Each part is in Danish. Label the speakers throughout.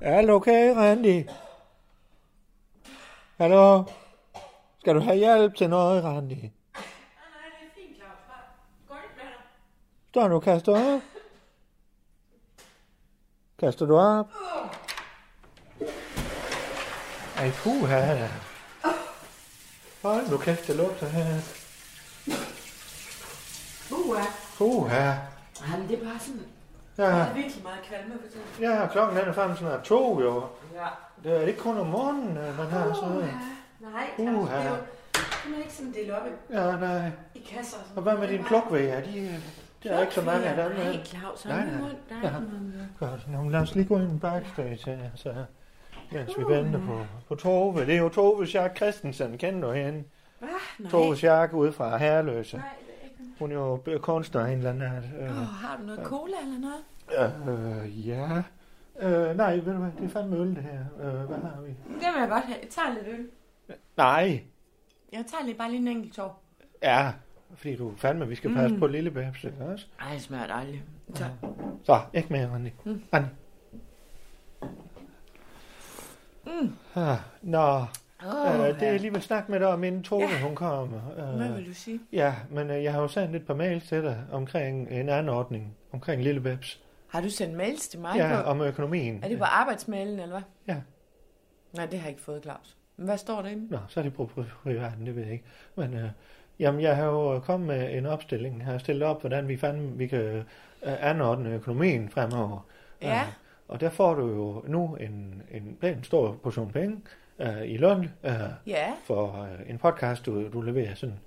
Speaker 1: Er det okay, Randi? Hallo? Skal du have hjælp til noget, Randi?
Speaker 2: Nej, det er fint, Claus. Bare gå ind med dig.
Speaker 1: Står du og kaster op? Kaster du op? Ej, puha da. Hold nu kæft, det lugter her.
Speaker 2: Uha.
Speaker 1: Puha.
Speaker 2: Jamen, det er bare sådan... Der
Speaker 1: Ja,
Speaker 2: er virkelig meget kvalme på tiden.
Speaker 1: ja klokken den er fandme snart to, jo.
Speaker 2: Ja.
Speaker 1: Det er ikke kun om morgenen, at man har sådan noget.
Speaker 2: Nej, Claus,
Speaker 1: Uha.
Speaker 2: det er jo... Det er ikke sådan delt op i,
Speaker 1: Ja, nej.
Speaker 2: i kasser. og sådan
Speaker 1: Og hvad med
Speaker 2: Det er
Speaker 1: dine
Speaker 2: bare-
Speaker 1: klokvæger? De, øh, det er ikke så mange af dem. vel?
Speaker 2: Nej, Claus, hold
Speaker 1: Nej,
Speaker 2: nu
Speaker 1: nej.
Speaker 2: mund. Der er
Speaker 1: Ja.
Speaker 2: ikke noget mere.
Speaker 1: Godt, Nå, men lad os lige gå ind backstage her, så mens vi venter på, på Tove. Det er jo Tove Schack Christensen, kender du hende?
Speaker 2: Hvad? Nej.
Speaker 1: Tove Schack ude fra Herløse.
Speaker 2: Nej, det er ikke noget.
Speaker 1: Hun er jo b- kunstner af en eller anden art.
Speaker 2: Åh, har du noget cola eller noget?
Speaker 1: Øh, øh, øh, ja. Øh, nej, ved du hvad, det er fandme øl det her. Øh, hvad har vi?
Speaker 2: Det vil jeg godt have. Jeg tager lidt øl.
Speaker 1: Nej,
Speaker 2: Jeg tager lige bare lige en enkelt tår.
Speaker 1: ja. Fordi du er fandme, vi skal passe på lille Babs, ikke også?
Speaker 2: Ej, det smager dejligt. Så.
Speaker 1: Så, ikke mere, Randi. Mm. Randi. Mm. Ah, nå,
Speaker 2: Åh,
Speaker 1: Øh, det er lige vil snakke med dig om, inden Tove, ja.
Speaker 2: Ja.
Speaker 1: hun kommer.
Speaker 2: Hvad
Speaker 1: Øh,
Speaker 2: vil du sige?
Speaker 1: ja, men øh, jeg har jo sendt et par mails til dig omkring en anden ordning, omkring Lille Babs.
Speaker 2: Har du sendt mails til mig?
Speaker 1: Ja,
Speaker 2: på-
Speaker 1: om økonomien.
Speaker 2: Er det på arbejdsmailen, eller hvad?
Speaker 1: Ja.
Speaker 2: Nej, det har jeg ikke fået, Claus. Men hvad står der inde?
Speaker 1: Nå, så er det på pri- privaten, det ved jeg ikke. Men øh, jamen, jeg har jo kommet med en opstilling, har stillet op, hvordan vi, fandme, vi kan øh, anordne økonomien fremover.
Speaker 2: Ja.
Speaker 1: Øh, og der får du jo nu en, en pæn stor portion penge øh, i løn. Øh,
Speaker 2: Ja.
Speaker 1: for øh, en podcast, du, du leverer sådan,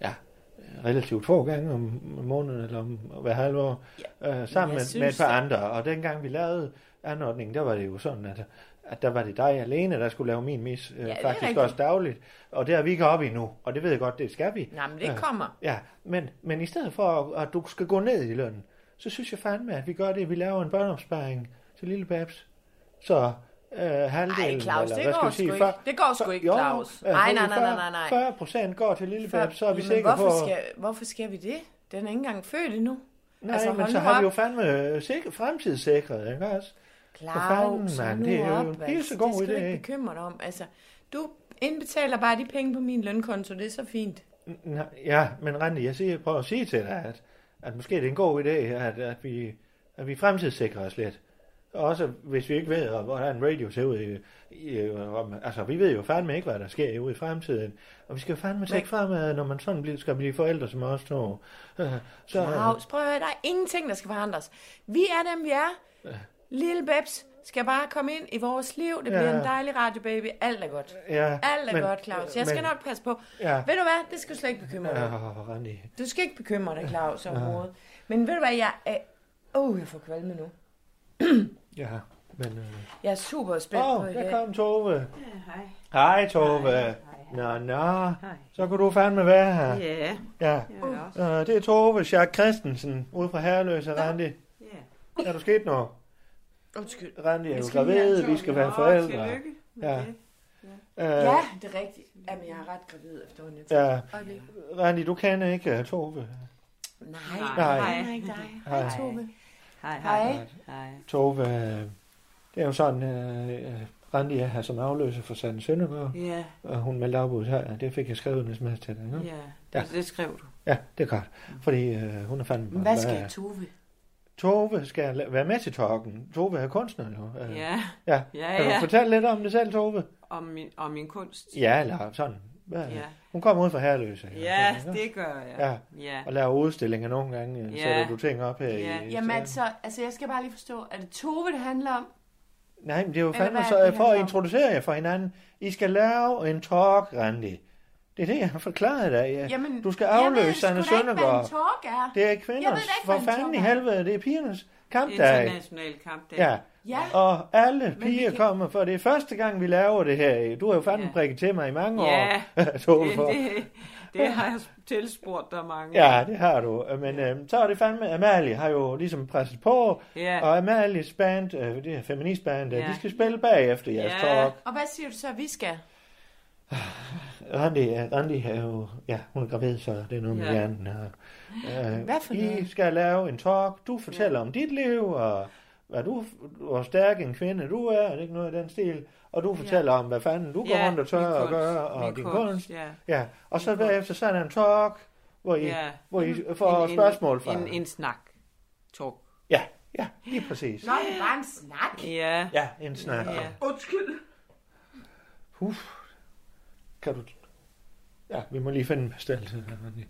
Speaker 1: ja, øh, relativt få gange om om måneden eller om hver halve år, ja, øh, sammen
Speaker 2: jeg
Speaker 1: med,
Speaker 2: synes,
Speaker 1: med et par
Speaker 2: at-
Speaker 1: andre. Og dengang vi lavede anordningen, der var det jo sådan, at, at der var det dig alene, der skulle lave min mis, øh,
Speaker 2: det er
Speaker 1: ja, faktisk
Speaker 2: rigtigt.
Speaker 1: også dagligt. Og det er vi ikke oppe i nu, og det ved jeg godt, det skal vi.
Speaker 2: Nej, men det kommer.
Speaker 1: Ja, men, men i stedet for, at, at du skal gå ned i lønnen, så synes jeg fandme, at vi gør det, vi laver en børneopsparing til lille Babs. Så øh, halvdelen,
Speaker 2: Ej, Claus,
Speaker 1: eller
Speaker 2: det
Speaker 1: hvad skal
Speaker 2: går
Speaker 1: vi sige,
Speaker 2: sgu ikke.
Speaker 1: fyr-
Speaker 2: Det går sgu
Speaker 1: fyr-
Speaker 2: ikke,
Speaker 1: jo,
Speaker 2: Claus.
Speaker 1: øh,
Speaker 2: Ej, nej, nej, nej, nej, nej.
Speaker 1: 40 procent går til lille Babs, så er vi
Speaker 2: Jamen,
Speaker 1: sikre på...
Speaker 2: hvorfor Skal, hvorfor skal vi det? Den er ikke engang født endnu.
Speaker 1: Nej,
Speaker 2: altså,
Speaker 1: men
Speaker 2: hold
Speaker 1: så
Speaker 2: nu
Speaker 1: har vi jo
Speaker 2: op.
Speaker 1: fandme øh, sikre, fremtidssikret, ikke også? fanden,
Speaker 2: Claus,
Speaker 1: mand,
Speaker 2: nu
Speaker 1: det er jo
Speaker 2: op,
Speaker 1: en
Speaker 2: altså.
Speaker 1: pissegod
Speaker 2: Det skal
Speaker 1: idé.
Speaker 2: du ikke bekymre dig om. Altså, du indbetaler bare de penge på min lønkonto, det er så fint.
Speaker 1: N- nej, Ja, men Randi, jeg siger, prøver at sige til dig, at, at måske det er en god idé, at, at, vi, at vi fremtidssikrer os lidt. Også hvis vi ikke ved, og hvordan radio ser ud i, i om, Altså, vi ved jo fandme ikke, hvad der sker ude i fremtiden. Og vi skal jo fandme tænke fremad, når man sådan bliver, skal blive forældre som os to. Øh, Så,
Speaker 2: Claus, prøv at høre, der er ingenting, der skal forandres. Vi er dem, vi er. Lille Babs skal bare komme ind i vores liv. Det bliver
Speaker 1: Ja.
Speaker 2: en dejlig radiobaby. Alt er godt.
Speaker 1: ja,
Speaker 2: Alt er
Speaker 1: men-
Speaker 2: godt, Claus. Jeg skal
Speaker 1: men-
Speaker 2: nok passe på.
Speaker 1: Ja.
Speaker 2: Ved du hvad? Det skal du slet ikke bekymre dig om.
Speaker 1: Åh, Randi.
Speaker 2: Du skal ikke bekymre dig, Claus, overhovedet. Men ved du hvad, jeg er... Åh, oh, jeg får kvalme nu.
Speaker 1: Ja, men... Øh,
Speaker 2: Jeg er super spændt
Speaker 1: Åh,
Speaker 2: på
Speaker 1: oh,
Speaker 2: i
Speaker 1: der
Speaker 2: dag.
Speaker 1: kom Tove.
Speaker 3: Hej.
Speaker 1: Hej, Tove. Nå, nå.
Speaker 3: Hej.
Speaker 1: Så kunne du fandme være her.
Speaker 3: Ja,
Speaker 1: Ja.
Speaker 3: jeg også.
Speaker 1: Uh, det er Tove Schack Christensen, ude fra Herreløse, Randi.
Speaker 3: Ja.
Speaker 1: Er du sket noget?
Speaker 2: Undskyld.
Speaker 1: Randi er jo
Speaker 2: skal lige have
Speaker 1: gravid,
Speaker 2: en
Speaker 1: vi skal være forældre.
Speaker 3: Tillykke med
Speaker 1: Ja.
Speaker 3: ja. det.
Speaker 1: Øh,
Speaker 2: Ja, det er rigtigt. Jamen, jeg er ret gravid efterhånden. Jeg
Speaker 1: ja.
Speaker 2: Øjeblik.
Speaker 1: Randi, du kender ikke uh, Tove.
Speaker 2: Nej,
Speaker 3: Nej.
Speaker 2: nej, nej, ikke dig. Hej,
Speaker 3: Hej.
Speaker 2: Tove.
Speaker 3: Hej, hej.
Speaker 2: Hej.
Speaker 3: Hej.
Speaker 1: Tove, øh, det er jo sådan, øh, øh, Randi er her som afløser for Sande Søndergaard.
Speaker 3: Ja,
Speaker 1: Og hun meldte afbud her, det fik jeg skrevet en sms til dig. Ja.
Speaker 3: ja.
Speaker 1: Ja.
Speaker 3: Det skrev du.
Speaker 1: ja, det er godt. Fordi øh, hun er fandme...
Speaker 3: Men Hvad skal
Speaker 1: er-
Speaker 3: Tove?
Speaker 1: Tove skal la- være med til talken. Tove er kunstner nu. Øh,
Speaker 3: Ja,
Speaker 1: ja.
Speaker 3: ja,
Speaker 1: Kan du
Speaker 3: ja.
Speaker 1: fortælle lidt om det selv, Tove?
Speaker 3: Om min, om min kunst.
Speaker 1: Ja, eller sådan. Hvad?
Speaker 3: Ja.
Speaker 1: Hun kommer ud fra Herløse.
Speaker 3: Ja, det gør jeg.
Speaker 1: Ja,
Speaker 3: Ja.
Speaker 1: og laver udstillinger nogle gange. Ja.
Speaker 3: Ja.
Speaker 1: Sætter du ting op her
Speaker 3: Ja.
Speaker 1: i...
Speaker 2: Jamen altså, altså, jeg skal bare lige forstå, er det Tove, det handler om?
Speaker 1: Nej, men det er jo
Speaker 2: Eller
Speaker 1: fandme
Speaker 2: hvad er
Speaker 1: så,
Speaker 2: det,
Speaker 1: jeg
Speaker 2: han
Speaker 1: for at
Speaker 2: laver?
Speaker 1: introducere jer for hinanden. I skal lave en talk, Randi. Det er det, jeg har forklaret dig. Ja.
Speaker 2: Jamen,
Speaker 1: du skal
Speaker 2: jeg ved
Speaker 1: afløse
Speaker 2: sgu da
Speaker 1: Sanne
Speaker 2: ikke, hvad en
Speaker 1: Søndergaard.
Speaker 2: talk er.
Speaker 1: Det er
Speaker 2: Jeg ved
Speaker 1: kvinders.
Speaker 2: da ikke,
Speaker 1: Hvor
Speaker 2: hvad en
Speaker 1: fanden i
Speaker 2: talk er.
Speaker 1: helvede, det er pigernes. kampdag.
Speaker 3: International kampdag.
Speaker 1: Ja.
Speaker 2: Ja,
Speaker 1: Og alle
Speaker 2: vi
Speaker 1: piger
Speaker 2: kan-
Speaker 1: kommer, for det er første gang, vi laver det her. Du har jo fandme
Speaker 3: Ja.
Speaker 1: prikket til mig i mange
Speaker 3: Ja,
Speaker 1: år, Tove,
Speaker 3: det,
Speaker 1: for.
Speaker 3: det, det har jeg tilspurgt dig mange.
Speaker 1: Ja, det har du. Men øhm, så er det fandme, Amalie har jo ligesom presset på,
Speaker 3: ja.
Speaker 1: og Amalies band, øh, det her feministband, ja.
Speaker 3: Ja.
Speaker 1: de skal spille bagefter jeres
Speaker 3: Ja.
Speaker 1: talk.
Speaker 2: og hvad siger du så, vi skal?
Speaker 1: Randi, er- Randi er jo, ja, hun er gravid, så det er noget med
Speaker 3: Ja.
Speaker 1: hjernen. Og, øh,
Speaker 2: Hvad for
Speaker 1: I
Speaker 2: noget?
Speaker 1: skal lave en talk, du fortæller om dit liv, og hvad du, hvor stærk en kvinde du er, er det ikke noget af den stil? Og du fortæller om, hvad fanden du går rundt og tør
Speaker 3: min
Speaker 1: og
Speaker 3: kunst,
Speaker 1: gør, og
Speaker 3: min
Speaker 1: din kunst.
Speaker 3: Ja,
Speaker 1: Ja, og så
Speaker 3: Min kunst.
Speaker 1: bagefter, så er der en talk, hvor I,
Speaker 3: ja. Mm-hmm.
Speaker 1: hvor I får
Speaker 3: En- en-
Speaker 1: spørgsmål fra.
Speaker 3: En, en snak. Talk.
Speaker 1: Ja, ja, lige præcis.
Speaker 2: Nå, det er bare en snak.
Speaker 3: Ja.
Speaker 1: Ja, en snak.
Speaker 3: Ja.
Speaker 2: Undskyld.
Speaker 1: Kan du... Ja, vi må lige finde en pastel til den, Randi.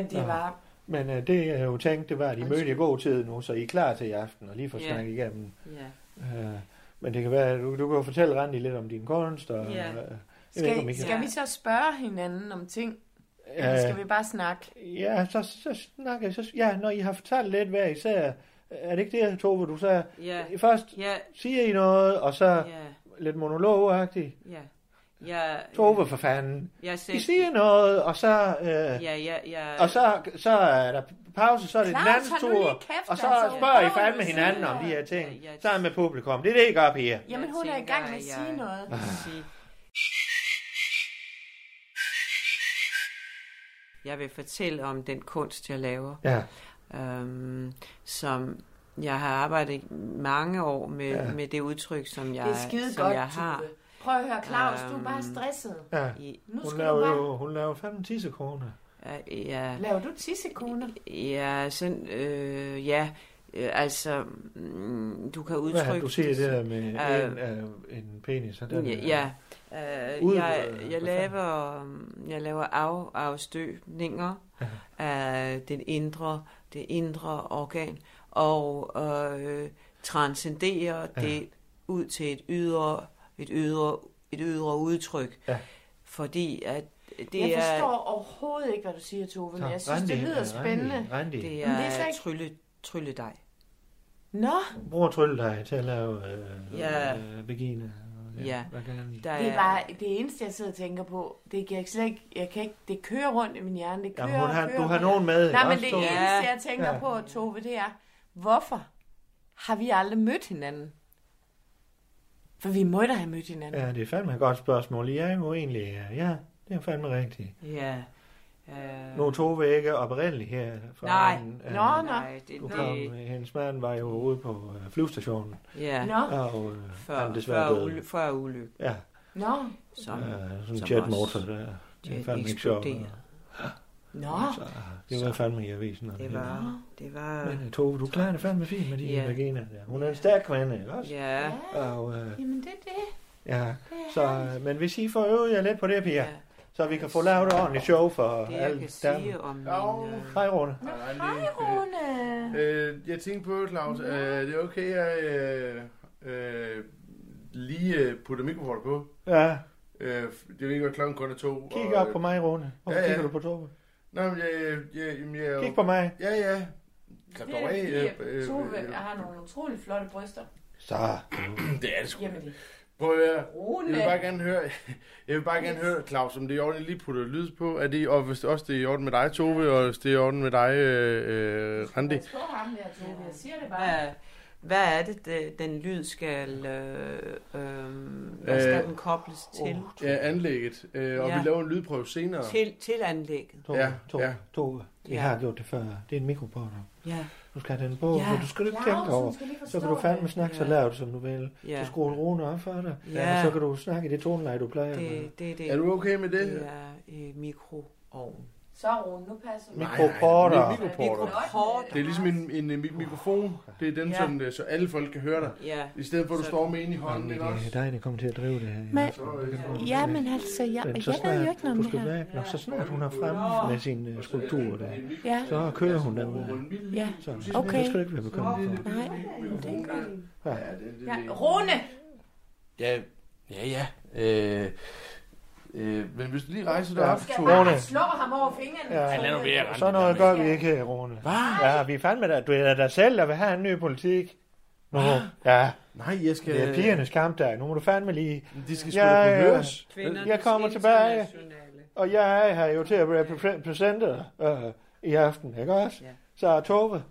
Speaker 2: Men det var...
Speaker 1: Men øh, det jeg jo tænkte, det var, at I
Speaker 3: Undskyld.
Speaker 1: mødte i god tid nu, så I er klar til i aften og lige får
Speaker 3: Ja.
Speaker 1: snakket igennem.
Speaker 3: ja.
Speaker 1: Øh, men det kan være, at du, du kan jo fortælle Randi lidt om din kunst. Og,
Speaker 3: Ja.
Speaker 1: øh, jeg ved ikke, om I
Speaker 2: Skal,
Speaker 1: kan-
Speaker 2: skal vi så spørge hinanden om ting? Eller skal vi bare snakke?
Speaker 1: øh, Ja, så, så snakker I. Så, ja, når I har fortalt lidt hver især, er det ikke det, Tove, du sagde?
Speaker 3: Ja.
Speaker 1: Først
Speaker 3: Ja.
Speaker 1: siger I noget, og så ja.
Speaker 3: Ja.
Speaker 1: lidt monologagtigt.
Speaker 3: Ja. Ja.
Speaker 1: Tove for fanden.
Speaker 3: Jeg
Speaker 1: I
Speaker 3: sagde...
Speaker 1: siger noget, og så... Øh,
Speaker 3: Ja, ja, ja.
Speaker 1: Og så, så er der pause, så er det
Speaker 2: Claus,
Speaker 1: den andens
Speaker 2: hold nu
Speaker 1: tur,
Speaker 2: lige kæft,
Speaker 1: og så
Speaker 2: altså.
Speaker 1: spørger I
Speaker 2: Prøv
Speaker 1: fandme
Speaker 2: at
Speaker 1: hinanden
Speaker 2: sige
Speaker 1: om de her ting,
Speaker 3: Ja, ja.
Speaker 1: sammen med publikum. Det er det, I gør, piger.
Speaker 2: Jamen,
Speaker 3: Jeg
Speaker 2: hun er i
Speaker 3: tænker,
Speaker 2: gang med at
Speaker 3: jeg-
Speaker 2: sige noget.
Speaker 3: sige. Jeg vil fortælle om den kunst, jeg laver,
Speaker 1: Ja,
Speaker 3: øhm, som jeg har arbejdet i mange år med,
Speaker 1: Ja.
Speaker 3: ja. med det udtryk, som jeg,
Speaker 2: Det er skide
Speaker 3: som
Speaker 2: godt,
Speaker 3: jeg har.
Speaker 2: Tue. Prøv at høre, Claus, du er bare
Speaker 3: Øhm.
Speaker 2: stresset.
Speaker 1: ja.
Speaker 3: I,
Speaker 2: Nu
Speaker 1: Hun
Speaker 2: skal du
Speaker 1: laver
Speaker 2: bare...
Speaker 1: jo hun laver fandme tissekone.
Speaker 3: øh, ja,
Speaker 2: Laver du tissekone?
Speaker 3: ja, sådan, øh, ja, øh, altså, mm, du kan
Speaker 1: Hvad har
Speaker 3: udtrykke...
Speaker 1: du siger det der med
Speaker 3: Øh,
Speaker 1: en, øh, en penis? Og den,
Speaker 3: Ja,
Speaker 1: øh,
Speaker 3: ja. Øh,
Speaker 1: Ud-
Speaker 3: jeg,
Speaker 1: øh,
Speaker 3: jeg
Speaker 1: hvad fanden?
Speaker 3: laver, øh, jeg laver af, afstøbninger af den indre, det indre organ, og øh, transcenderer
Speaker 1: Ja.
Speaker 3: det ud til et ydre, et ydre, et ydre udtryk.
Speaker 1: Ja.
Speaker 3: Fordi at det
Speaker 2: Jeg
Speaker 3: er,
Speaker 2: forstår overhovedet ikke, hvad du siger, Tove,
Speaker 1: Så,
Speaker 2: men jeg synes, det
Speaker 1: Randi,
Speaker 2: lyder
Speaker 1: øh,
Speaker 2: spændende.
Speaker 1: Randi, Randi.
Speaker 3: det
Speaker 2: Men det er
Speaker 3: er
Speaker 2: så ikke-
Speaker 3: trylle, trylledej.
Speaker 2: Nå,
Speaker 1: Bruger trylledej til at lave øh,
Speaker 3: Ja.
Speaker 1: øh, vagina? og-
Speaker 3: Ja.
Speaker 1: Hvad kan han lide?
Speaker 3: Der
Speaker 2: det er bare det eneste, jeg sidder og tænker på. Det kan jeg slet ikke... Jeg kan ikke det kører rundt i min hjerne. Det kører
Speaker 1: Jamen, hun har,
Speaker 2: kører
Speaker 1: du har
Speaker 2: rundt.
Speaker 1: nogen med.
Speaker 2: Nej, men
Speaker 1: også,
Speaker 2: det
Speaker 1: Tove?
Speaker 3: Ja.
Speaker 2: eneste, jeg tænker
Speaker 1: Ja.
Speaker 2: på, Tove, det er, hvorfor har vi aldrig mødt hinanden? For vi må da have mødt hinanden.
Speaker 1: Ja, det er fandme et godt spørgsmål. I er jo egentlig... øh, Ja, det er fandme rigtigt.
Speaker 3: Ja. Øh,
Speaker 1: Nu er Tove ikke oprindelig her. Fra
Speaker 3: Nej.
Speaker 1: En,
Speaker 2: Nå,
Speaker 1: øh,
Speaker 3: nej, det,
Speaker 1: du kom, øh,
Speaker 3: det,
Speaker 1: hendes mand var jo ude på øh, flyvestationen,
Speaker 3: ja,
Speaker 2: Nå,
Speaker 1: og øh, han
Speaker 3: før,
Speaker 1: desværre
Speaker 3: før,
Speaker 1: døde.
Speaker 3: uly, før ulykken.
Speaker 1: Ja,
Speaker 2: nå,
Speaker 3: Som,
Speaker 1: øh, sådan en
Speaker 3: som
Speaker 1: jetmotor
Speaker 3: også-
Speaker 1: der. Det er
Speaker 3: jet
Speaker 1: fandme ikke sjovt.
Speaker 3: eksploderede.
Speaker 2: nå.
Speaker 1: Så, øh, det var fandme i avisen. og
Speaker 3: Det
Speaker 1: hele.
Speaker 3: var, det var,
Speaker 1: Men øh, Tove, du klarer det fandme fint med de
Speaker 3: Ja.
Speaker 1: yeah. vaginer der. Hun er en stærk kvinde, ikke også?
Speaker 3: ja,
Speaker 1: Og, øh,
Speaker 2: Jamen, det er det.
Speaker 1: ja. Så, øh, men hvis I får øvet jer lidt på det, Pia,
Speaker 3: Ja.
Speaker 1: så vi kan få lavet et ordentligt show for
Speaker 3: det jeg
Speaker 1: alle
Speaker 3: kan
Speaker 1: damer.
Speaker 3: sige om min,
Speaker 4: Au.
Speaker 3: øh,
Speaker 1: Hej, Rune.
Speaker 4: Nå,
Speaker 2: Hej, Rune.
Speaker 4: Øh, jeg tænkte på, Claus, øh, det er okay, jeg øh, øh, lige øh, putter mikrofonen på.
Speaker 1: Ja,
Speaker 4: Øh, det ved ikke, hvad klokken kun er to.
Speaker 1: kig
Speaker 4: og, øh,
Speaker 1: op på mig, Rune. Hvorfor
Speaker 4: Ja, ja.
Speaker 1: kigger du på Tove?
Speaker 4: Nå, men jeg, jeg, jamen, jeg, jeg,
Speaker 1: Kig på mig.
Speaker 4: Ja, ja. Klap
Speaker 2: Det
Speaker 4: dog af.
Speaker 2: er
Speaker 4: øh,
Speaker 2: fordi,
Speaker 4: øh,
Speaker 2: Tove
Speaker 4: øh,
Speaker 2: har nogle utrolig flotte bryster.
Speaker 1: Så.
Speaker 4: Det er det sgu.
Speaker 2: Jamen, det
Speaker 4: Prøv at høre. Jeg
Speaker 2: Rune.
Speaker 4: vil bare gerne høre, jeg vil bare gerne
Speaker 2: Yes.
Speaker 4: høre Claus, om det er i orden, jeg lige putter lyd på. Er det, og hvis det også det er i orden med dig, Tove, og hvis det er i orden med dig, øh, øh, Randi.
Speaker 2: Pas på ham der, Tove. Jeg siger det bare.
Speaker 3: hvad, hvad er det, det, den lyd skal, øh, øh, hvad skal
Speaker 4: Øh,
Speaker 3: den kobles til?
Speaker 4: Ja, anlægget. Øh, og
Speaker 3: Ja.
Speaker 4: vi laver en lydprøve senere.
Speaker 3: Til, til anlægget.
Speaker 1: Tove, ja,
Speaker 4: Ja,
Speaker 1: Tove, ja.
Speaker 4: ja.
Speaker 1: Tove. Vi
Speaker 3: Ja.
Speaker 1: har gjort det før. Det er en mikroborder.
Speaker 3: Ja,
Speaker 1: Du skal have den på,
Speaker 3: Ja.
Speaker 1: ja. du skal ikke tænke over.
Speaker 2: skal lige
Speaker 1: Så
Speaker 2: forstå
Speaker 1: kan du fandme
Speaker 2: det.
Speaker 1: snakke så
Speaker 3: Ja.
Speaker 1: lavt, som du vil. Ja.
Speaker 3: ja,
Speaker 1: Så skruer roen op for dig.
Speaker 3: Ja.
Speaker 1: Og så kan du snakke i det toneleje, du plejer. Det...
Speaker 3: det, det, det,
Speaker 4: Er du okay med det?
Speaker 3: det er øh, mikroovn.
Speaker 2: Så, Rune, nu passer du.
Speaker 4: Nej,
Speaker 1: Mikroporter.
Speaker 4: nej, det er Mikroporter.
Speaker 3: Mikroporter.
Speaker 4: Det er ligesom en, en, en mikrofon. Det er den,
Speaker 3: Ja.
Speaker 4: ja. sådan, øh, så alle folk kan høre dig.
Speaker 3: Ja,
Speaker 4: I stedet for, at du
Speaker 3: Så-
Speaker 4: står med en i
Speaker 1: Men
Speaker 4: hånden,
Speaker 1: det
Speaker 4: ikke også?
Speaker 1: er dig, der kommer til at drive det her. i
Speaker 2: Men-
Speaker 1: aften. Det kan du-
Speaker 2: Ja, men altså, jeg,
Speaker 1: Men så
Speaker 2: jeg ved
Speaker 1: snart,
Speaker 2: jo ikke noget
Speaker 1: du
Speaker 2: om
Speaker 1: skal
Speaker 2: det her.
Speaker 1: være, nå, så snart hun er fremme med sin uh,
Speaker 4: Øh,
Speaker 1: skulptur, der.
Speaker 2: Ja,
Speaker 1: så kører hun derude.
Speaker 2: ja.
Speaker 1: Så,
Speaker 2: Okay.
Speaker 1: så skal du ikke være bekymret for.
Speaker 2: Nej, det er godt. Ja, Rune!
Speaker 4: Ja, ja, ja. Øh, Øh, men hvis du lige rejser dig op,
Speaker 2: Du skal
Speaker 4: Tove.
Speaker 1: Rune.
Speaker 2: bare slå ham over fingrene.
Speaker 1: Ja.
Speaker 2: Så-
Speaker 5: lad nu være, Randi.
Speaker 1: Sådan noget gør vi ikke, Rune.
Speaker 4: Hvad?
Speaker 1: Ja, vi er fandme der. Du er der selv, der vil have en ny politik. Nu. Ja,
Speaker 4: Nej, jeg skal...
Speaker 1: det
Speaker 2: Øh,
Speaker 1: er pigernes kamp der. Nu må du fandme lige...
Speaker 4: De skal sgu
Speaker 1: Ja,
Speaker 4: da
Speaker 1: ja.
Speaker 4: kunne høres.
Speaker 1: Jeg kommer tilbage. Og jeg er her jo til at repræsentere øh, i aften, ikke også?
Speaker 3: Ja.
Speaker 1: Så Tove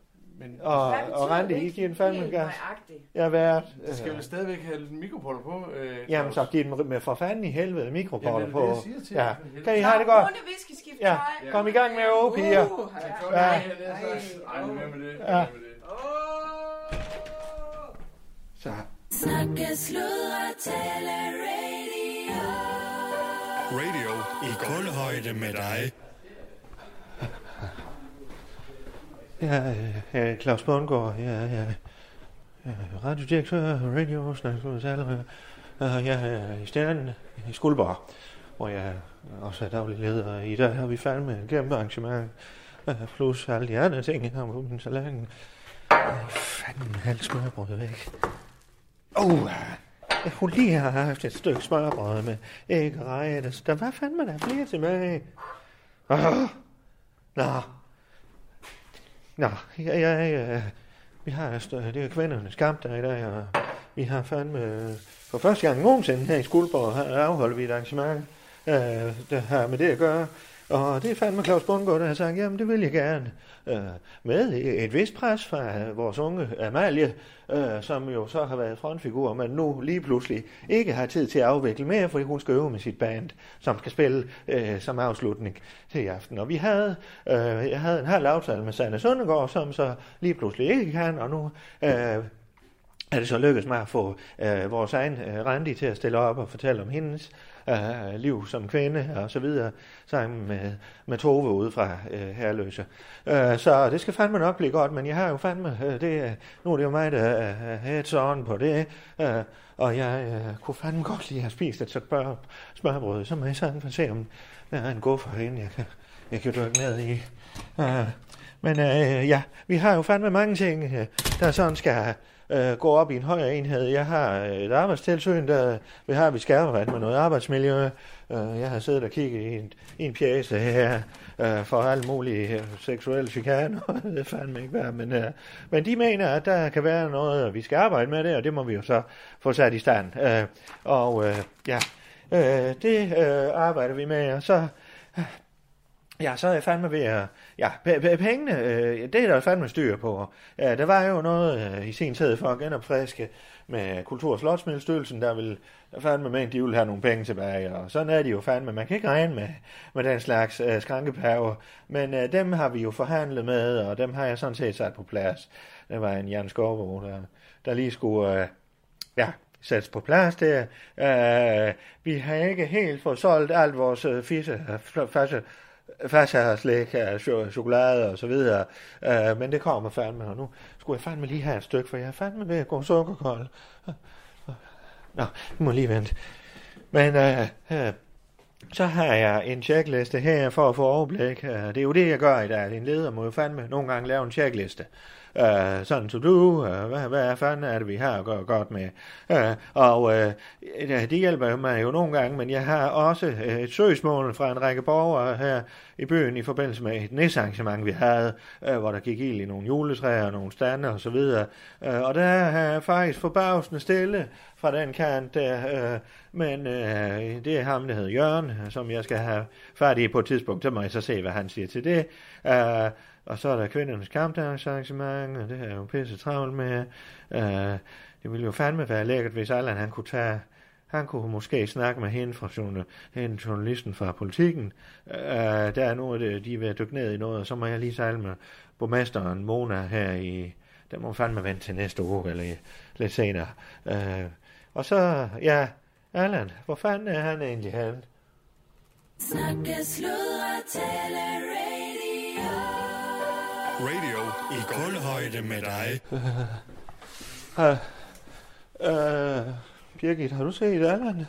Speaker 4: Men
Speaker 1: og,
Speaker 2: Hvad betyder
Speaker 1: og Randi,
Speaker 2: det?
Speaker 1: I giver en fandme
Speaker 2: Helt
Speaker 1: gas.
Speaker 2: nøjagtigt.
Speaker 1: Jeg er vært.
Speaker 4: de skal
Speaker 1: Øh,
Speaker 4: vel stadigvæk have lidt mikroporter på? Øh,
Speaker 1: jamen, så
Speaker 4: Claus?
Speaker 1: giv dem med for fanden i helvede
Speaker 4: Jamen, det
Speaker 1: mikroporter
Speaker 4: er
Speaker 1: på.
Speaker 4: det, jeg siger til
Speaker 1: Ja.
Speaker 4: jer. For
Speaker 1: Kan I
Speaker 4: helvede.
Speaker 1: have det godt?
Speaker 2: Rune, vi skal skifte
Speaker 1: Ja.
Speaker 2: tøj.
Speaker 4: Ja.
Speaker 1: Kom i gang med at åge, piger.
Speaker 4: Tak.
Speaker 1: Ja.
Speaker 4: Ej, det er så- Ej, nu er jeg med det.
Speaker 1: Ja.
Speaker 4: Jeg er med det. Så.
Speaker 6: Snakke, sludre, tale, radio.
Speaker 7: Radio i kulhøjde med dig.
Speaker 1: Ja, øh, øh, Claus Bundgaard, ja, ja. ja radiodirektør, radio, snakker salg, øh, jeg er i Stjernen i Skuldborg, hvor jeg også er daglig leder. I dag har vi fandme med et kæmpe arrangement, øh, plus alle de andre ting, jeg har på min salaten. Øh, fanden, alt smørbrødet væk. Åh, oh, jeg kunne lige have haft et stykke smørbrød med æg og rejer. Der var fandme der flere tilbage. Ah, nå, Nå, ja, ja, ja. Vi har, altså, det er kvindernes kamp der i dag, og vi har fandme øh, for første gang nogensinde her i Skuldborg her afholder vi et arrangement, øh, der har med det at gøre. Og det er fandme Claus Bundgaard, der har sagt, jamen det vil jeg gerne. Øh, med et vist pres fra øh, vores unge Amalie, øh, som jo så har været frontfigur, men nu lige pludselig ikke har tid til at afvikle mere, fordi hun skal øve med sit band, som skal spille øh, som afslutning til i aften. Og vi havde, øh, jeg havde en halv aftale med Sanne Sundegård, som så lige pludselig ikke kan, og nu øh, er det så lykkedes mig at få øh, vores egen øh, Randi til at stille op og fortælle om hendes øh, liv som kvinde og så videre, sammen med, med Tove ude fra øh, Herløse. Øh, så det skal fandme nok blive godt, men jeg har jo fandme, øh, det, er- nu er det jo mig, der øh, er er heads on på det, øh, og jeg øh, kunne fandme godt lige have spist et smør, smørbrød, så må jeg sådan for at se, om der er en guffer herinde, jeg kan, jeg kan dykke ned i. Øh, men øh, ja, vi har jo fandme mange ting, øh, der sådan skal øh, gå op i en højere enhed. Jeg har øh, et arbejdstilsyn, der vi har vi skærmeret med noget arbejdsmiljø. Øh, jeg har siddet og kigget i en, i en pjæse her øh, for alle mulige øh, seksuelle chikaner. jeg ved fandme ikke hvad, men, øh, men de mener, at der kan være noget, og vi skal arbejde med det, og det må vi jo så få sat i stand. Øh, og øh, ja, øh, det øh, arbejder vi med, og så... Ja, så er jeg fandme ved at... Ja, p- p- pengene, øh, det er der fandme styr på. Ja, der var jo noget øh, i sin tid for at genopfriske med Kultur- og Slotsmiddelstyrelsen, der vil der fandme med, at de vil have nogle penge tilbage, og sådan er de jo fandme. Man kan ikke regne med, med den slags øh, skrankepaver, men øh, dem har vi jo forhandlet med, og dem har jeg sådan set sat på plads. Det var en Jan Skorbo, der, der lige skulle... Øh, ja, sættes på plads der. Øh, vi har ikke helt fået solgt alt vores øh, fisse, fisse, fisse slik, øh, cho- chokolade og så videre. Øh, men det kommer fandme, og nu skulle jeg fandme lige have et stykke, for jeg er fandme ved at gå sukkerkold. Nå, vi må lige vente. Men øh, øh, så har jeg en checkliste her for at få overblik. Øh, det er jo det, jeg gør i dag. En leder må jo fandme nogle gange lave en checkliste. Øh, sådan to do, øh, hvad, hvad fanden er det, vi har at gøre godt med? Øh, og øh, ja, det hjælper mig jo nogle gange, men jeg har også øh, et søgsmål fra en række borgere her i byen i forbindelse med et næsarrangement, vi havde, øh, hvor der gik ild i nogle juletræer og nogle stander osv. Øh, og der har jeg faktisk forbavsende stille fra den kant der, øh, men øh, det er ham, der hedder Jørgen, som jeg skal have færdig på et tidspunkt. Så må jeg så se, hvad han siger til det. Øh, og så er der kvindernes kampdagsarrangement, og det er jeg jo pisse travlt med. Øh, det ville jo fandme være lækkert, hvis Allan han kunne tage... Han kunne måske snakke med hende fra journa- hende journalisten fra politikken. Øh, der er noget, øh, de er ved at dykke ned i noget, og så må jeg lige sejle med borgmesteren Mona her i... Den må fandme vente til næste uge, eller i- lidt senere. Øh, og så, ja, Allan, hvor fanden er han egentlig henne?
Speaker 6: Snakke, sludre, tale, radio.
Speaker 7: Radio i kulhøjde med dig.
Speaker 1: Har, øh, Birgit, har du set Allan? Nej,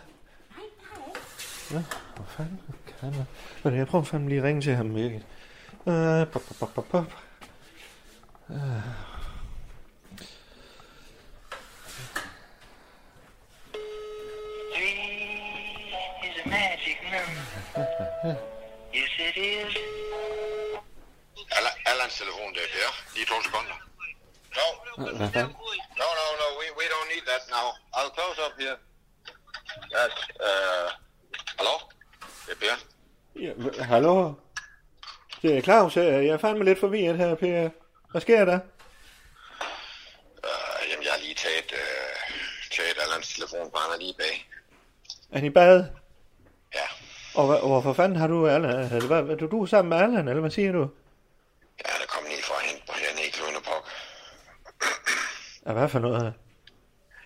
Speaker 1: Ja, hvor fanden kan han? Men jeg prøver fandme lige at ringe til ham, Birgit. Øh, pop, pop, pop, pop, pop. Øh.
Speaker 8: Dream is a magic number.
Speaker 5: Yes, it is. Alan, Alan's telephone there, Pierre. Lige to sekunder. No. No, no, no. We, we don't need that now. I'll close up here. Yes, uh... Hallo? Det er Per.
Speaker 1: Ja, h- hallo? Det er Claus her. Jeg er fandme lidt forvirret her, Per. Hvad sker der?
Speaker 5: Uh, jamen, jeg har lige taget, uh, taget Alans telefon, for han er lige bag.
Speaker 1: Er han i bad?
Speaker 5: Ja.
Speaker 1: Og hva- hvorfor fanden har du Allan? Altså, Hvad, hvad, du, du er sammen med Allan, eller hvad siger du?
Speaker 5: Ja, der kom lige for at hente mig hernede i Grønnepok.
Speaker 1: Ja, hvad for noget?